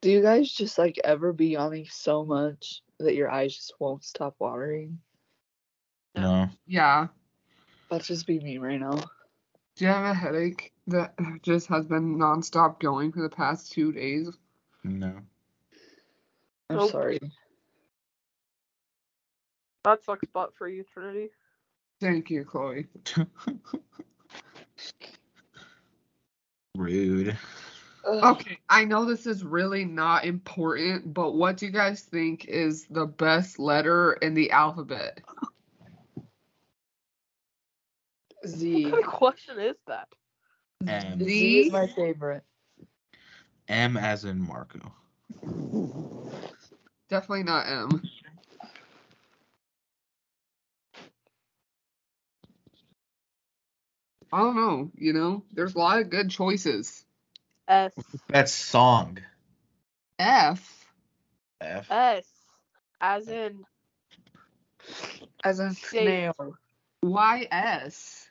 [SPEAKER 7] do you guys just like ever be yawning so much that your eyes just won't stop watering?
[SPEAKER 5] No.
[SPEAKER 3] Yeah.
[SPEAKER 7] That's just be me right now.
[SPEAKER 3] Do you have a headache that just has been nonstop going for the past two days?
[SPEAKER 5] No.
[SPEAKER 7] I'm
[SPEAKER 4] Nope.
[SPEAKER 7] sorry.
[SPEAKER 4] That sucks butt for you, Trinity.
[SPEAKER 3] Thank you, Chloe.
[SPEAKER 5] Rude.
[SPEAKER 7] Ugh,
[SPEAKER 3] Okay, I know this is really not important, but what do you guys think is the best letter in the alphabet?
[SPEAKER 7] Z.
[SPEAKER 4] What kind of question is that?
[SPEAKER 5] M.
[SPEAKER 7] Z is
[SPEAKER 3] Z.
[SPEAKER 7] my favorite.
[SPEAKER 5] M as in Marco.
[SPEAKER 3] Definitely not M. I don't know, you know? There's a lot of good choices.
[SPEAKER 4] S.
[SPEAKER 5] That's song.
[SPEAKER 3] F.
[SPEAKER 5] F.
[SPEAKER 4] S. As in
[SPEAKER 7] As in snail.
[SPEAKER 3] Y S.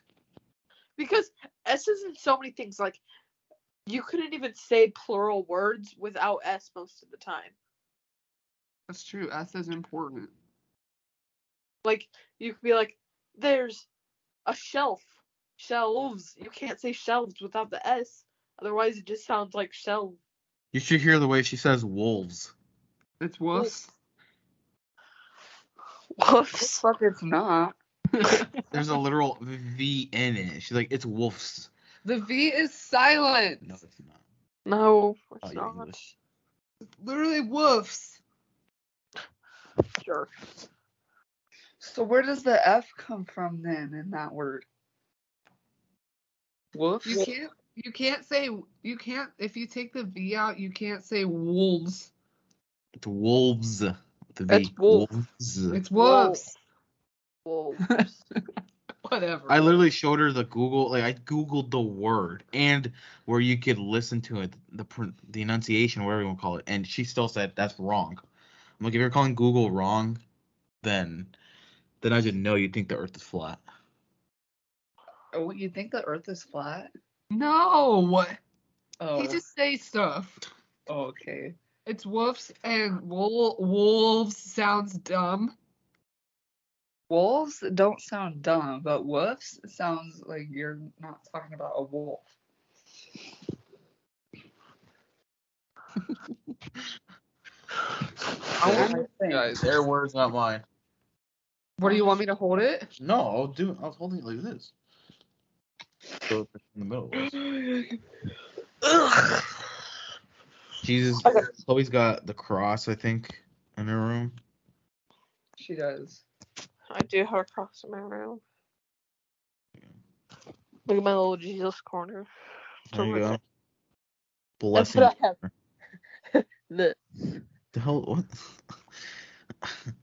[SPEAKER 4] because S is in so many things. Like you couldn't even say plural words without S most of the time.
[SPEAKER 3] That's true. S is important.
[SPEAKER 4] Like you could be like, there's a shelf, shelves. You can't say shelves without the S. Otherwise, it just sounds like shelf.
[SPEAKER 5] You should hear the way she says wolves.
[SPEAKER 3] It's wuss.
[SPEAKER 4] Woofs.
[SPEAKER 7] Fuck, it's not.
[SPEAKER 5] There's a literal V in it. She's like, it's wolves.
[SPEAKER 3] The V is silent.
[SPEAKER 5] No, it's not.
[SPEAKER 4] No,
[SPEAKER 5] Oh,
[SPEAKER 4] it's
[SPEAKER 5] you're
[SPEAKER 4] not.
[SPEAKER 5] English.
[SPEAKER 3] Literally woofs.
[SPEAKER 4] Sure.
[SPEAKER 7] So where does the F come from then in that word? Wolf.
[SPEAKER 3] You can't you can't say you can't if you take the V out, you can't say wolves.
[SPEAKER 5] It's wolves. The V.
[SPEAKER 4] That's wolf.
[SPEAKER 5] wolves.
[SPEAKER 3] It's woofs.
[SPEAKER 4] Wolves.
[SPEAKER 3] Whatever.
[SPEAKER 5] I literally showed her the Google, like I googled the word and where you could listen to it, the pr- the enunciation, whatever you want to call it, and she still said that's wrong. I'm like, if you're calling Google wrong, then then I just know you think the Earth is flat.
[SPEAKER 7] Oh, you think the Earth is flat?
[SPEAKER 3] No. What?
[SPEAKER 7] Oh.
[SPEAKER 3] He just say stuff.
[SPEAKER 7] oh, okay.
[SPEAKER 3] It's woofs and wol- wolves sounds dumb.
[SPEAKER 7] Wolves don't sound dumb, but wolves sounds like you're not talking about a wolf.
[SPEAKER 3] Their-
[SPEAKER 7] I think.
[SPEAKER 3] guys.
[SPEAKER 5] Their words, not mine.
[SPEAKER 3] What do you want me to hold it?
[SPEAKER 5] No, I was doing. I was holding it like this. So in the middle. was.
[SPEAKER 4] Ugh.
[SPEAKER 5] Jesus,
[SPEAKER 4] Okay.
[SPEAKER 5] Chloe's got the cross, I think, in her room.
[SPEAKER 7] She does.
[SPEAKER 4] I do have a cross in my room. Look at my little Jesus corner.
[SPEAKER 5] There you
[SPEAKER 4] Somewhere.
[SPEAKER 5] go.
[SPEAKER 4] That's
[SPEAKER 5] Blessing.
[SPEAKER 4] what
[SPEAKER 5] What
[SPEAKER 4] I have. The-
[SPEAKER 5] the hell? What?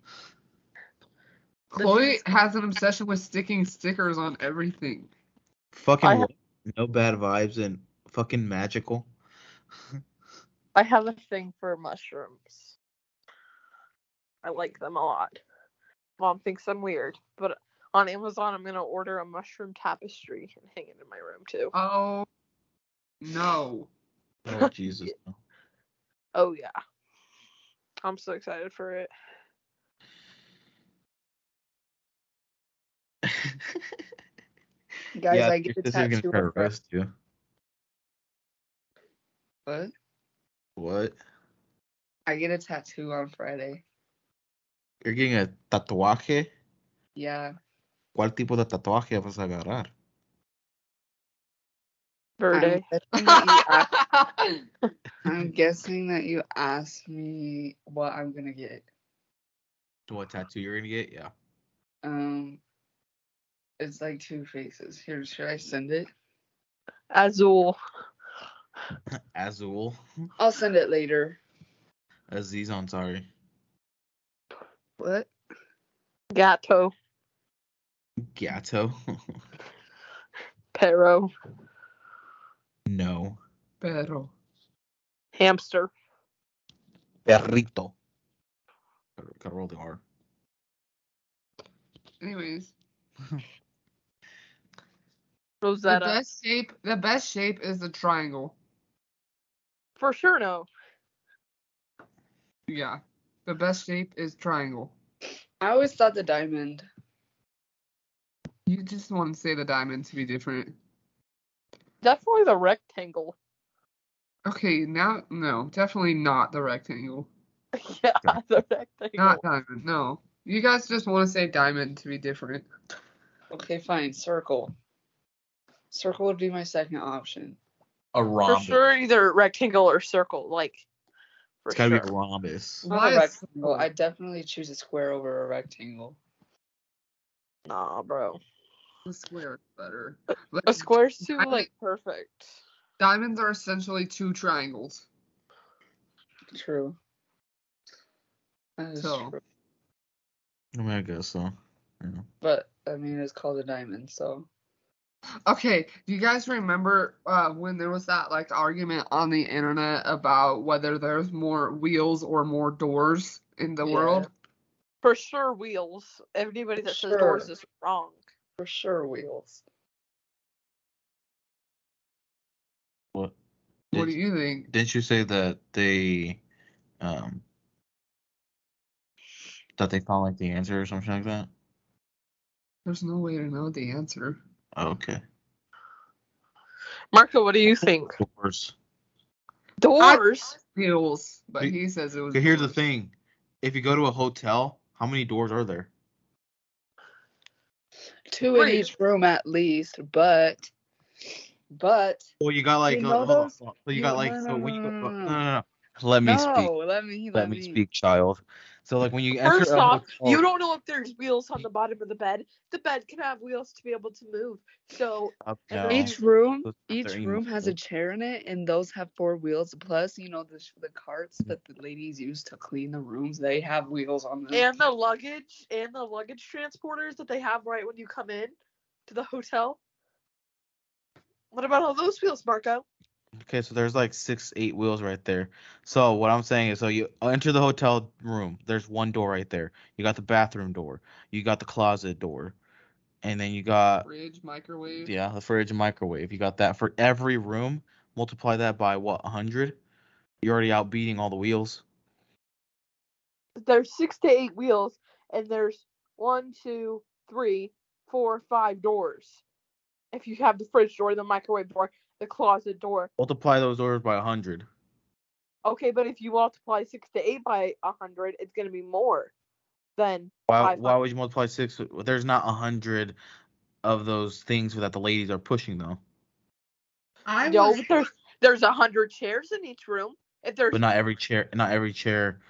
[SPEAKER 3] Chloe has an obsession with sticking stickers on everything.
[SPEAKER 5] fucking
[SPEAKER 4] I have-
[SPEAKER 5] what? no bad vibes and fucking magical.
[SPEAKER 4] I have a thing for mushrooms. I like them a lot. Mom thinks I'm weird, but on Amazon I'm gonna order a mushroom tapestry and hang it in my room too.
[SPEAKER 3] Oh no.
[SPEAKER 5] Oh Jesus. no.
[SPEAKER 4] Oh yeah. I'm so excited for it.
[SPEAKER 7] Guys,
[SPEAKER 5] yeah,
[SPEAKER 7] I get a
[SPEAKER 5] this is gonna
[SPEAKER 7] tattoo.
[SPEAKER 5] try to
[SPEAKER 7] of Fred
[SPEAKER 5] roast you.
[SPEAKER 7] Wood.
[SPEAKER 5] What?
[SPEAKER 7] I get a tattoo on Friday.
[SPEAKER 5] You're getting a tatuaje?
[SPEAKER 7] Yeah.
[SPEAKER 5] ¿Cuál tipo de tatuaje vas a agarrar?
[SPEAKER 4] Verde.
[SPEAKER 7] I'm guessing that you asked- I'm guessing that you asked me what I'm gonna get.
[SPEAKER 5] To what tattoo you're gonna get? Yeah.
[SPEAKER 7] Um, it's like two faces. Here, should I send it?
[SPEAKER 4] Azul.
[SPEAKER 5] Azul.
[SPEAKER 7] I'll send it later.
[SPEAKER 5] Aziz Ansari.
[SPEAKER 7] What?
[SPEAKER 4] Gato.
[SPEAKER 5] Gato.
[SPEAKER 4] Perro.
[SPEAKER 5] no.
[SPEAKER 3] Pero.
[SPEAKER 4] Hamster.
[SPEAKER 5] Perrito. Gotta roll the R.
[SPEAKER 3] Anyways, the
[SPEAKER 4] Rosetta.
[SPEAKER 3] best shape the best shape is the triangle.
[SPEAKER 4] For sure, no.
[SPEAKER 3] Yeah. The best shape is triangle.
[SPEAKER 7] I always thought the diamond.
[SPEAKER 3] You just want to say the diamond to be different.
[SPEAKER 4] Definitely the rectangle.
[SPEAKER 3] Okay, now no, definitely not the rectangle.
[SPEAKER 4] yeah, the rectangle.
[SPEAKER 3] Not diamond, no. You guys just want to say diamond to be different.
[SPEAKER 7] Okay, fine. Circle. Circle would be my second option.
[SPEAKER 5] A
[SPEAKER 4] for
[SPEAKER 5] rhombus.
[SPEAKER 4] sure, either rectangle or circle. Like, for
[SPEAKER 5] It's gotta
[SPEAKER 4] sure.
[SPEAKER 5] be a rhombus.
[SPEAKER 7] Not
[SPEAKER 3] Why
[SPEAKER 7] a
[SPEAKER 3] is
[SPEAKER 7] rectangle.
[SPEAKER 3] circle-
[SPEAKER 7] I definitely choose a square over a rectangle.
[SPEAKER 4] Nah, bro.
[SPEAKER 3] The square is better.
[SPEAKER 4] A
[SPEAKER 3] Like,
[SPEAKER 4] square's too
[SPEAKER 3] I
[SPEAKER 4] like perfect.
[SPEAKER 3] diamonds are essentially two triangles.
[SPEAKER 7] True. That is
[SPEAKER 3] So.
[SPEAKER 7] true.
[SPEAKER 5] I mean, I guess so. Yeah.
[SPEAKER 7] But I mean, it's called a diamond, so
[SPEAKER 3] Okay, do you guys remember uh, when there was that like argument on the internet about whether there's more wheels or more doors in the
[SPEAKER 7] Yeah.
[SPEAKER 3] world?
[SPEAKER 4] For sure, wheels. Anybody that says
[SPEAKER 7] Sure.
[SPEAKER 4] doors is wrong.
[SPEAKER 7] for sure wheels.
[SPEAKER 5] What?
[SPEAKER 3] What do
[SPEAKER 5] Did-
[SPEAKER 3] you think?
[SPEAKER 5] Didn't you say that they, um, that they found like the answer or something like that?
[SPEAKER 3] There's no way to know the answer.
[SPEAKER 5] Oh, Okay.
[SPEAKER 4] Marco, what do you think?
[SPEAKER 5] Doors.
[SPEAKER 4] Doors.
[SPEAKER 3] Wheels, but
[SPEAKER 5] We-
[SPEAKER 3] he says it was.
[SPEAKER 5] Okay, here's the
[SPEAKER 3] doors.
[SPEAKER 5] thing: if you go to a hotel, how many doors are there?
[SPEAKER 7] Two
[SPEAKER 4] Three.
[SPEAKER 7] in each room at least, but but
[SPEAKER 5] Well, you got like,
[SPEAKER 7] You
[SPEAKER 5] uh,
[SPEAKER 7] know
[SPEAKER 5] hold on,
[SPEAKER 7] those-
[SPEAKER 5] hold on. so you,
[SPEAKER 7] you-
[SPEAKER 5] got like,
[SPEAKER 7] no,
[SPEAKER 5] so
[SPEAKER 7] no,
[SPEAKER 5] when you
[SPEAKER 7] no,
[SPEAKER 5] go,
[SPEAKER 7] no, no,
[SPEAKER 5] no, no, no. let me
[SPEAKER 7] no,
[SPEAKER 5] speak,
[SPEAKER 7] let me
[SPEAKER 5] let me speak, child. So like when you enter
[SPEAKER 4] First
[SPEAKER 5] a
[SPEAKER 4] off,
[SPEAKER 5] hotel,
[SPEAKER 4] you don't know if there's wheels on the bottom of the bed. The bed can have wheels to be able to move. So
[SPEAKER 5] up
[SPEAKER 4] and
[SPEAKER 5] now.
[SPEAKER 7] Each room,
[SPEAKER 5] Those are
[SPEAKER 7] each
[SPEAKER 5] their
[SPEAKER 7] room has a
[SPEAKER 5] emotions.
[SPEAKER 7] chair in it, and those have four wheels. Plus, you know the sh- the carts
[SPEAKER 5] Mm.
[SPEAKER 7] that the ladies use to clean the rooms. They have wheels on them.
[SPEAKER 4] and the luggage and the luggage transporters that they have right when you come in to the hotel. What about all those wheels, Marco?
[SPEAKER 5] Okay, so there's like six, eight wheels right there. So what I'm saying is, so you uh, enter the hotel room. There's one door right there. You got the bathroom door. You got the closet door, and then you got
[SPEAKER 3] Fridge, microwave.
[SPEAKER 5] yeah the fridge and microwave. You got that for every room. Multiply that by what, hundred? You're already outbeating all the wheels.
[SPEAKER 4] There's six to eight wheels, and there's one, two, three, four, five doors. If you have the fridge door, the microwave door, the closet door.
[SPEAKER 5] Multiply those doors by hundred.
[SPEAKER 4] Okay, but if you multiply six to eight by a hundred, it's gonna be more than
[SPEAKER 5] Why?
[SPEAKER 4] Five
[SPEAKER 5] Why would you multiply six? with- There's not a hundred of those things that the ladies are pushing though.
[SPEAKER 3] I
[SPEAKER 4] no.
[SPEAKER 3] was,
[SPEAKER 4] but There's there's a hundred chairs in each room. If there's
[SPEAKER 5] But not every chair, not every chair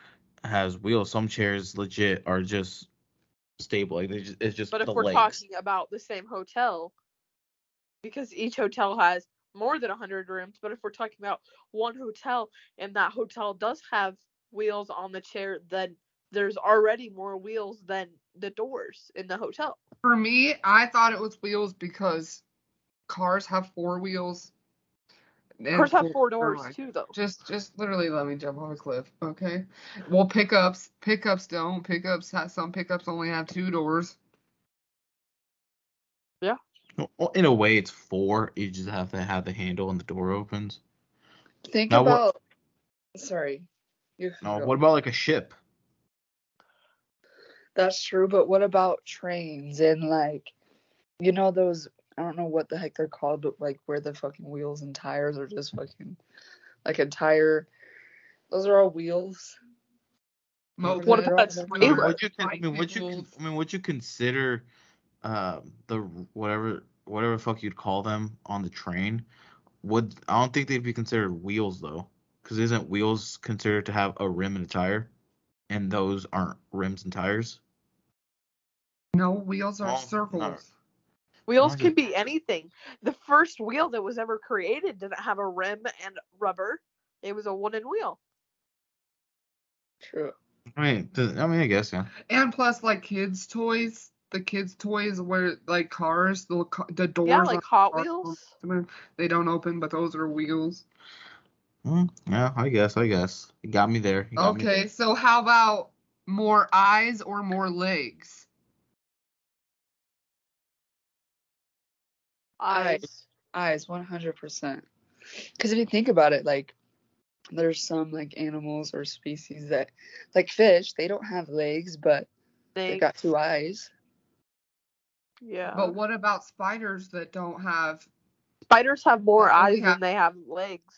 [SPEAKER 5] has wheels. Some chairs legit are just stable. Like they just, it's just
[SPEAKER 4] But if
[SPEAKER 5] the
[SPEAKER 4] we're
[SPEAKER 5] legs.
[SPEAKER 4] talking about the same hotel, because each hotel has more than 100 rooms, but if we're talking about one hotel and that hotel does have wheels on the chair, then there's already more wheels than the doors in the hotel.
[SPEAKER 3] for me, I thought it was wheels because cars have four wheels.
[SPEAKER 4] Of course, have
[SPEAKER 3] and
[SPEAKER 4] four
[SPEAKER 3] never
[SPEAKER 4] doors
[SPEAKER 3] mind.
[SPEAKER 4] too, though.
[SPEAKER 3] Just, just literally let me jump off a cliff, okay? Well, pickups, pickups don't. Pickups, ha- some pickups only have two doors.
[SPEAKER 5] Well, in a way, it's four. You just have to have the handle and the door opens.
[SPEAKER 7] Think
[SPEAKER 5] Now what-
[SPEAKER 7] about. Sorry, you can
[SPEAKER 5] Now,
[SPEAKER 7] go.
[SPEAKER 5] what about like a ship?
[SPEAKER 7] That's true, but what about trains and like, you know those? I don't know what the heck they're called, but like where the fucking wheels and tires are just fucking like a tire. Those are all wheels.
[SPEAKER 3] Mopeds,
[SPEAKER 4] What about
[SPEAKER 7] They're all-
[SPEAKER 5] I mean,
[SPEAKER 4] Right.
[SPEAKER 5] would you? Con- I mean, would you? Con-
[SPEAKER 3] bicycles.
[SPEAKER 5] I mean, would you consider, um, the whatever, whatever fuck you'd call them on the train, Would I don't think they'd be considered wheels though, because isn't wheels considered to have a rim and a tire, and those aren't rims and tires?
[SPEAKER 3] No, wheels are
[SPEAKER 5] Oh, no.
[SPEAKER 3] circles.
[SPEAKER 4] Wheels
[SPEAKER 5] Why
[SPEAKER 4] can
[SPEAKER 5] did-
[SPEAKER 4] be anything. The first wheel that was ever created didn't have a rim and rubber. It was a wooden wheel.
[SPEAKER 7] True.
[SPEAKER 5] I mean, th- I mean, I guess yeah.
[SPEAKER 3] And plus, like kids' toys, the kids' toys where like cars, the ca- the doors,
[SPEAKER 4] yeah,
[SPEAKER 3] on
[SPEAKER 4] like Hot
[SPEAKER 3] cars
[SPEAKER 4] Wheels.
[SPEAKER 3] don't- they don't open, but those are wheels.
[SPEAKER 5] Mm, yeah, I guess, I guess. You got me there. You got me
[SPEAKER 3] Okay, so how about more eyes or more legs?
[SPEAKER 4] Eyes.
[SPEAKER 7] Eyes, 100%. Because if you think about it, like, there's some like animals or species that, like fish, they don't have legs, but they
[SPEAKER 4] They
[SPEAKER 7] got two eyes.
[SPEAKER 4] Yeah.
[SPEAKER 7] Uh-huh.
[SPEAKER 3] But what about spiders that don't have?
[SPEAKER 4] Spiders have more
[SPEAKER 3] They only
[SPEAKER 4] eyes
[SPEAKER 3] have-
[SPEAKER 4] than they have legs.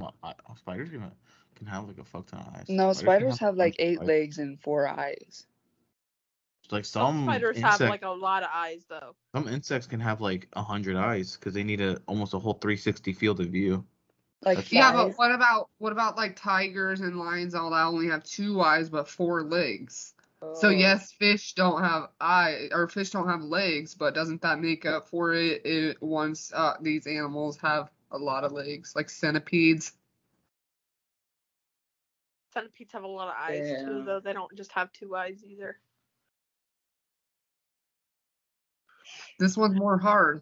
[SPEAKER 5] Well, I- oh, spiders can, can have like a fuck ton of eyes.
[SPEAKER 7] No,
[SPEAKER 5] can
[SPEAKER 7] spiders have like eight
[SPEAKER 5] like,
[SPEAKER 7] legs and four eyes.
[SPEAKER 5] Like
[SPEAKER 4] Some
[SPEAKER 5] some
[SPEAKER 4] spiders
[SPEAKER 5] insect,
[SPEAKER 4] have like a lot of eyes though.
[SPEAKER 5] some insects can have like a hundred eyes because they need a almost a whole 360 field of view.
[SPEAKER 7] Like
[SPEAKER 5] That's-
[SPEAKER 7] five.
[SPEAKER 3] Yeah, but what about what about like tigers and lions? All that only have two eyes but four legs. So
[SPEAKER 7] Oh.
[SPEAKER 3] yes, fish don't have eye or fish don't have legs, but doesn't that make up for it, it once uh, these animals have a lot of legs, like centipedes?
[SPEAKER 4] Centipedes have a lot of eyes
[SPEAKER 7] Yeah.
[SPEAKER 4] too, though. They don't just have two eyes either.
[SPEAKER 3] This one's more hard.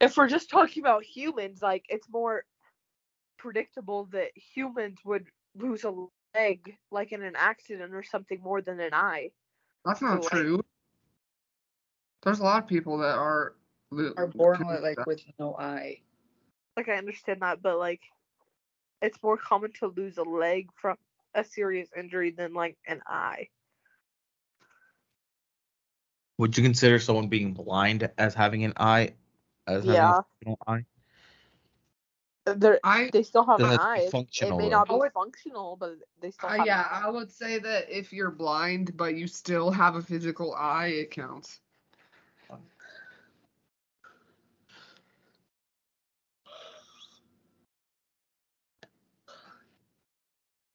[SPEAKER 4] If we're just talking about humans, like it's more predictable that humans would lose a leg, like in an accident or something, more than an eye.
[SPEAKER 3] That's not
[SPEAKER 4] Right.
[SPEAKER 3] true. There's a lot of people that are that
[SPEAKER 7] Are born
[SPEAKER 3] can
[SPEAKER 7] with
[SPEAKER 3] do
[SPEAKER 7] like
[SPEAKER 3] that.
[SPEAKER 7] with no eye.
[SPEAKER 4] Like I understand that, but like it's more common to lose a leg from a serious injury than like an eye.
[SPEAKER 5] Would you consider someone being blind as having an eye? As having
[SPEAKER 4] Yeah.
[SPEAKER 5] a functional eye?
[SPEAKER 4] They're,
[SPEAKER 3] I
[SPEAKER 4] they still have
[SPEAKER 5] That
[SPEAKER 4] an
[SPEAKER 5] has to be
[SPEAKER 4] eye. It
[SPEAKER 5] functional,
[SPEAKER 4] may
[SPEAKER 5] though.
[SPEAKER 4] not be
[SPEAKER 3] Oh, it-
[SPEAKER 4] functional, but they still
[SPEAKER 3] uh,
[SPEAKER 4] have. an
[SPEAKER 3] yeah,
[SPEAKER 4] eye.
[SPEAKER 3] I would say that if you're blind but you still have a physical eye, it counts.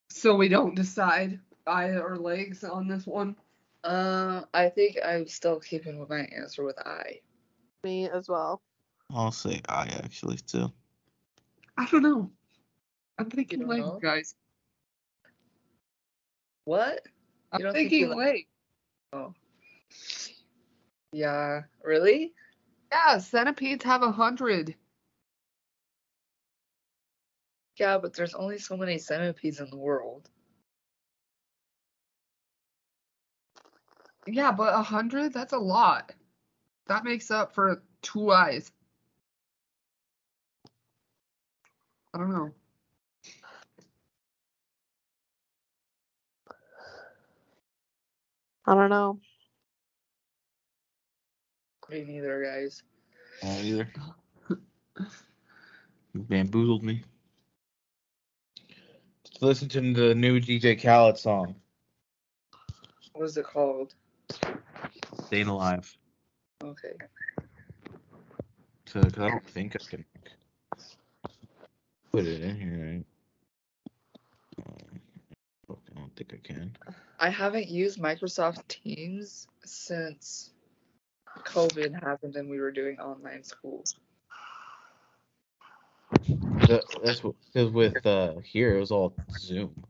[SPEAKER 3] So we don't decide eye or legs on this one.
[SPEAKER 7] Uh, I think I'm still keeping with my answer with eye.
[SPEAKER 4] Me as well.
[SPEAKER 5] I'll say eye actually too.
[SPEAKER 3] I don't know. I'm thinking
[SPEAKER 7] don't
[SPEAKER 3] legs,
[SPEAKER 7] know?
[SPEAKER 3] guys.
[SPEAKER 7] What?
[SPEAKER 3] I'm
[SPEAKER 7] don't think you
[SPEAKER 3] thinking
[SPEAKER 7] like-
[SPEAKER 3] legs.
[SPEAKER 7] Yeah, really?
[SPEAKER 3] Yeah, centipedes have a hundred.
[SPEAKER 7] Yeah, but there's only so many centipedes in the world.
[SPEAKER 3] Yeah, but a hundred? That's a lot. That makes up for two eyes. I don't know.
[SPEAKER 4] I don't know.
[SPEAKER 7] Me neither, guys.
[SPEAKER 5] Not either. You bamboozled me. Just listen to the new DJ Khaled song,
[SPEAKER 7] What is it called?
[SPEAKER 5] "Staying Alive."
[SPEAKER 7] Okay.
[SPEAKER 5] to because I don't think I can put it in here. Uh, I don't think I can.
[SPEAKER 7] I haven't used Microsoft Teams since COVID happened and we were doing online school.
[SPEAKER 5] That, that's because with uh here it was all Zoom.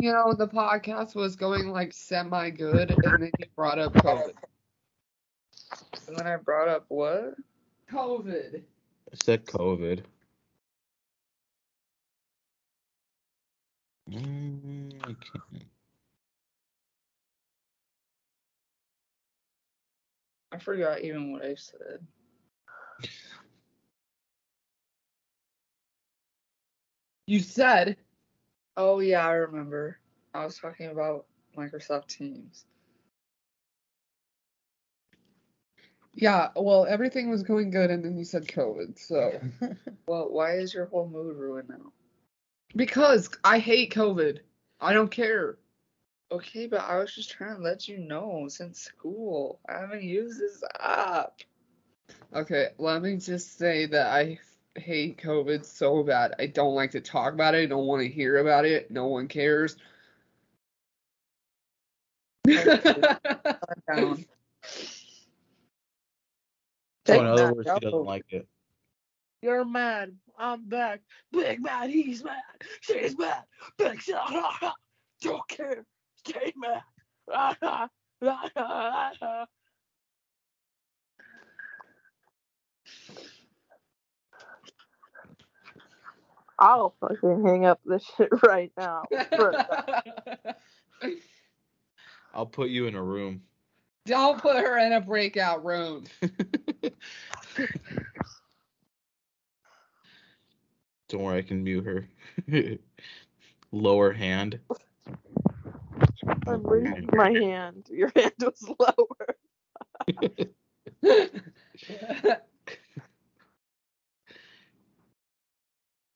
[SPEAKER 3] You know, the podcast was going like semi good, and then you brought up COVID.
[SPEAKER 7] And then I brought up what?
[SPEAKER 3] COVID.
[SPEAKER 5] It said COVID. Mm, I can't.
[SPEAKER 7] I forgot even what I said.
[SPEAKER 3] You said
[SPEAKER 7] Oh yeah, I remember. I was talking about Microsoft Teams.
[SPEAKER 3] Yeah, well, everything was going good, and then you said COVID. So,
[SPEAKER 7] Well, why is your whole mood ruined now?
[SPEAKER 3] because I hate COVID, I don't care.
[SPEAKER 7] Okay, but I was just trying to let you know since school. I haven't used this app.
[SPEAKER 3] Okay, let me just say that I hate COVID so bad. I don't like to talk about it. I don't want to hear about it. No one cares.
[SPEAKER 7] down.
[SPEAKER 5] So Oh,
[SPEAKER 7] Take
[SPEAKER 5] in other
[SPEAKER 7] that
[SPEAKER 5] words, she doesn't
[SPEAKER 7] out.
[SPEAKER 5] like it.
[SPEAKER 4] You're mad. I'm back. Big mad. He's mad. She's mad. Big shit. Don't care. Stay mad. I'll fucking hang up this shit right now. For-
[SPEAKER 5] I'll put you in a room.
[SPEAKER 3] don't put her in a breakout room.
[SPEAKER 5] Don't worry, I can mute her. Lower hand.
[SPEAKER 4] I'm raising my hand. Your hand was lower.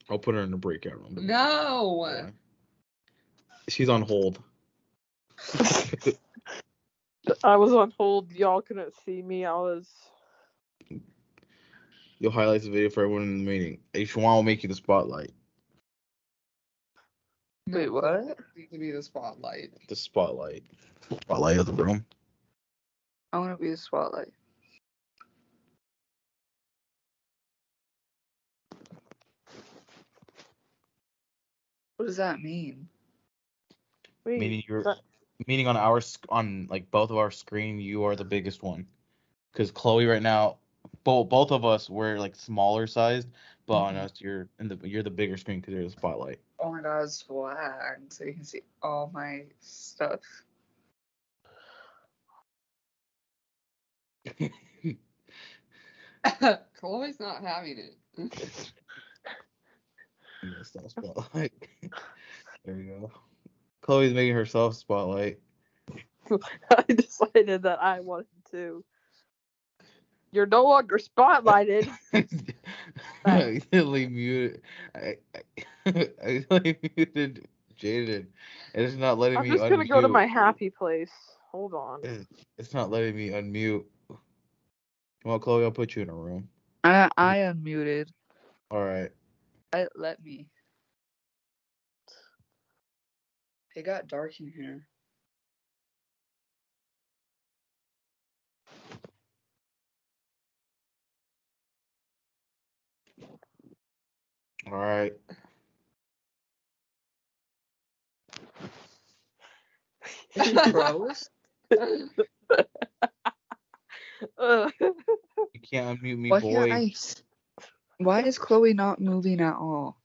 [SPEAKER 5] I'll put her in a breakout room.
[SPEAKER 3] no.
[SPEAKER 5] She's on hold.
[SPEAKER 4] I was on hold. Y'all couldn't see me. I was.
[SPEAKER 5] You'll highlight the video for everyone in the meeting. H1 will make you the spotlight.
[SPEAKER 7] Wait, what?
[SPEAKER 3] Need to be the spotlight.
[SPEAKER 5] The spotlight. Spotlight of the room.
[SPEAKER 7] I want to be the spotlight. What does that mean?
[SPEAKER 4] Wait,
[SPEAKER 5] Meaning you're
[SPEAKER 4] that-
[SPEAKER 5] meaning on our sc- on like both of our screen, you are the biggest one. Cause Chloe right now, both both of us were like smaller sized, but on us you're in the you're the bigger screen because you're the spotlight.
[SPEAKER 7] Oh my god, it's black, so you can see all my stuff.
[SPEAKER 3] Chloe's not having it.
[SPEAKER 5] Yes, that spotlight. there you go. Chloe's making herself spotlight.
[SPEAKER 4] I decided that I wanted to. You're no longer spotlighted.
[SPEAKER 5] I accidentally muted. I, I, I accidentally muted Jaden. And it's not letting
[SPEAKER 4] I'm
[SPEAKER 5] me
[SPEAKER 4] just gonna go to
[SPEAKER 5] unmute.
[SPEAKER 4] my happy place. Hold on.
[SPEAKER 5] It- It's not letting me unmute. Come on, Chloe, I'll put you in a room.
[SPEAKER 7] I I unmuted.
[SPEAKER 5] All right.
[SPEAKER 7] I, let me. It got dark in here.
[SPEAKER 5] All right.
[SPEAKER 7] Gross.
[SPEAKER 4] Ugh.
[SPEAKER 5] You can't unmute me,
[SPEAKER 7] Why
[SPEAKER 5] boy.
[SPEAKER 7] can't I? s- Why is Chloe not moving at all?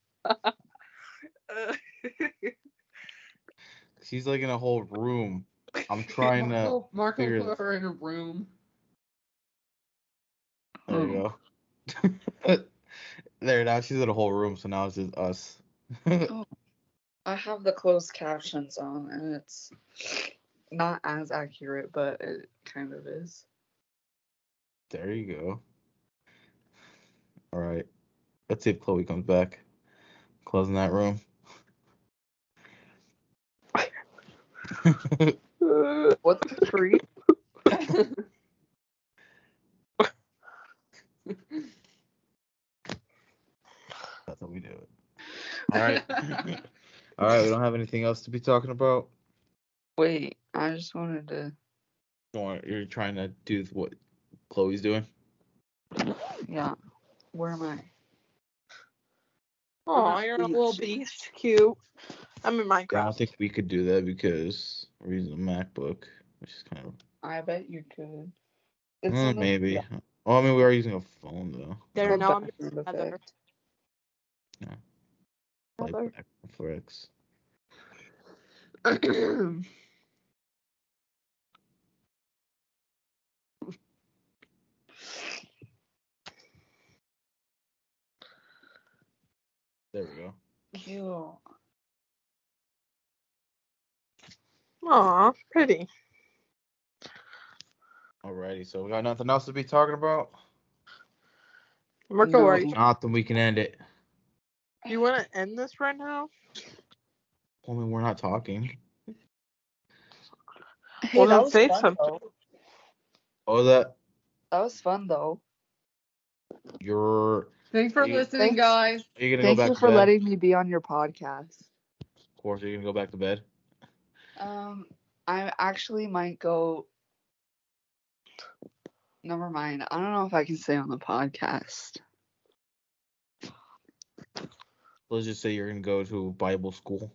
[SPEAKER 5] She's like in a whole room. I'm trying to.
[SPEAKER 3] Marco, Marco
[SPEAKER 5] figure
[SPEAKER 3] put
[SPEAKER 5] this-
[SPEAKER 3] her in a room.
[SPEAKER 5] There you go. there, now she's in a whole room, so now it's just us.
[SPEAKER 7] I have the closed captions on, and it's not as accurate, but it kind of is.
[SPEAKER 5] There you go. All right. Let's see if Chloe comes back. Closing that room.
[SPEAKER 4] Ugh.
[SPEAKER 7] What the freak?
[SPEAKER 5] That's how we do it. All right. All right. We don't have anything else to be talking about.
[SPEAKER 7] Wait, I just wanted to.
[SPEAKER 5] Don't worry, You're trying to do what Chloe's doing.
[SPEAKER 7] Yeah. Where am I?
[SPEAKER 4] Aw, you're a little beast. Cute. I'm in
[SPEAKER 5] I don't
[SPEAKER 4] Minecraft.
[SPEAKER 5] think we could do that because we're using a MacBook, which is kind of
[SPEAKER 7] I bet you could.
[SPEAKER 5] Eh,
[SPEAKER 7] on the-
[SPEAKER 5] maybe.
[SPEAKER 7] yeah,
[SPEAKER 5] Oh, I mean, we are using a phone though.
[SPEAKER 4] There
[SPEAKER 7] the
[SPEAKER 4] now I'm
[SPEAKER 7] background
[SPEAKER 4] Heather.
[SPEAKER 7] effect.
[SPEAKER 5] Like
[SPEAKER 4] Heather.
[SPEAKER 5] back for X. There we go.
[SPEAKER 7] Ew.
[SPEAKER 4] Aw, pretty.
[SPEAKER 5] Alrighty, so we got nothing else to be talking about.
[SPEAKER 4] Marco,
[SPEAKER 7] No.
[SPEAKER 4] are
[SPEAKER 5] If
[SPEAKER 4] you,
[SPEAKER 5] not, then we can end it.
[SPEAKER 4] you want to end this right now?
[SPEAKER 5] I mean, we're not talking.
[SPEAKER 7] Hey,
[SPEAKER 4] well, then
[SPEAKER 7] that was
[SPEAKER 4] say
[SPEAKER 7] fun
[SPEAKER 4] something.
[SPEAKER 7] though.
[SPEAKER 5] Oh, that
[SPEAKER 7] That was fun though.
[SPEAKER 5] you're
[SPEAKER 3] Thanks for
[SPEAKER 5] You-
[SPEAKER 3] listening,
[SPEAKER 7] Thanks.
[SPEAKER 3] guys.
[SPEAKER 5] Are you gonna
[SPEAKER 7] Thank
[SPEAKER 5] go back
[SPEAKER 7] you
[SPEAKER 5] to
[SPEAKER 7] for
[SPEAKER 5] bed?
[SPEAKER 7] letting me be on your podcast.
[SPEAKER 5] Of course, are you gonna go back to bed?
[SPEAKER 7] Um, I actually might go. Never mind. I don't know if I can say on the podcast.
[SPEAKER 5] Let's just say you're gonna go to Bible school.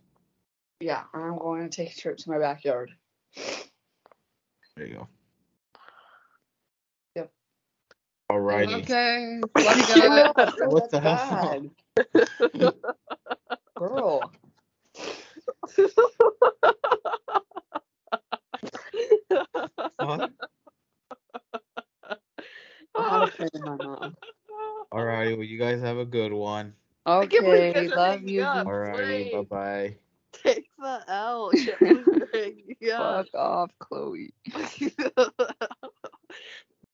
[SPEAKER 7] Yeah, I'm going to take a trip to my backyard.
[SPEAKER 5] There you go.
[SPEAKER 7] Yep.
[SPEAKER 5] Alrighty.
[SPEAKER 3] Okay. Love
[SPEAKER 7] Let's
[SPEAKER 3] you
[SPEAKER 7] go.
[SPEAKER 3] guys.
[SPEAKER 5] What the hell?
[SPEAKER 7] bad. Girl.
[SPEAKER 5] Huh?
[SPEAKER 7] I'm not a fan of my mom.
[SPEAKER 5] Alrighty. Well, you guys have a good one.
[SPEAKER 4] I can't believe you
[SPEAKER 7] Okay,
[SPEAKER 4] guys are
[SPEAKER 7] love
[SPEAKER 4] hanging
[SPEAKER 7] you.
[SPEAKER 4] up.
[SPEAKER 5] Alrighty.
[SPEAKER 4] Slay.
[SPEAKER 5] Bye bye.
[SPEAKER 4] Take the L. Can't believe you're hanging up.
[SPEAKER 7] Fuck off, Chloe.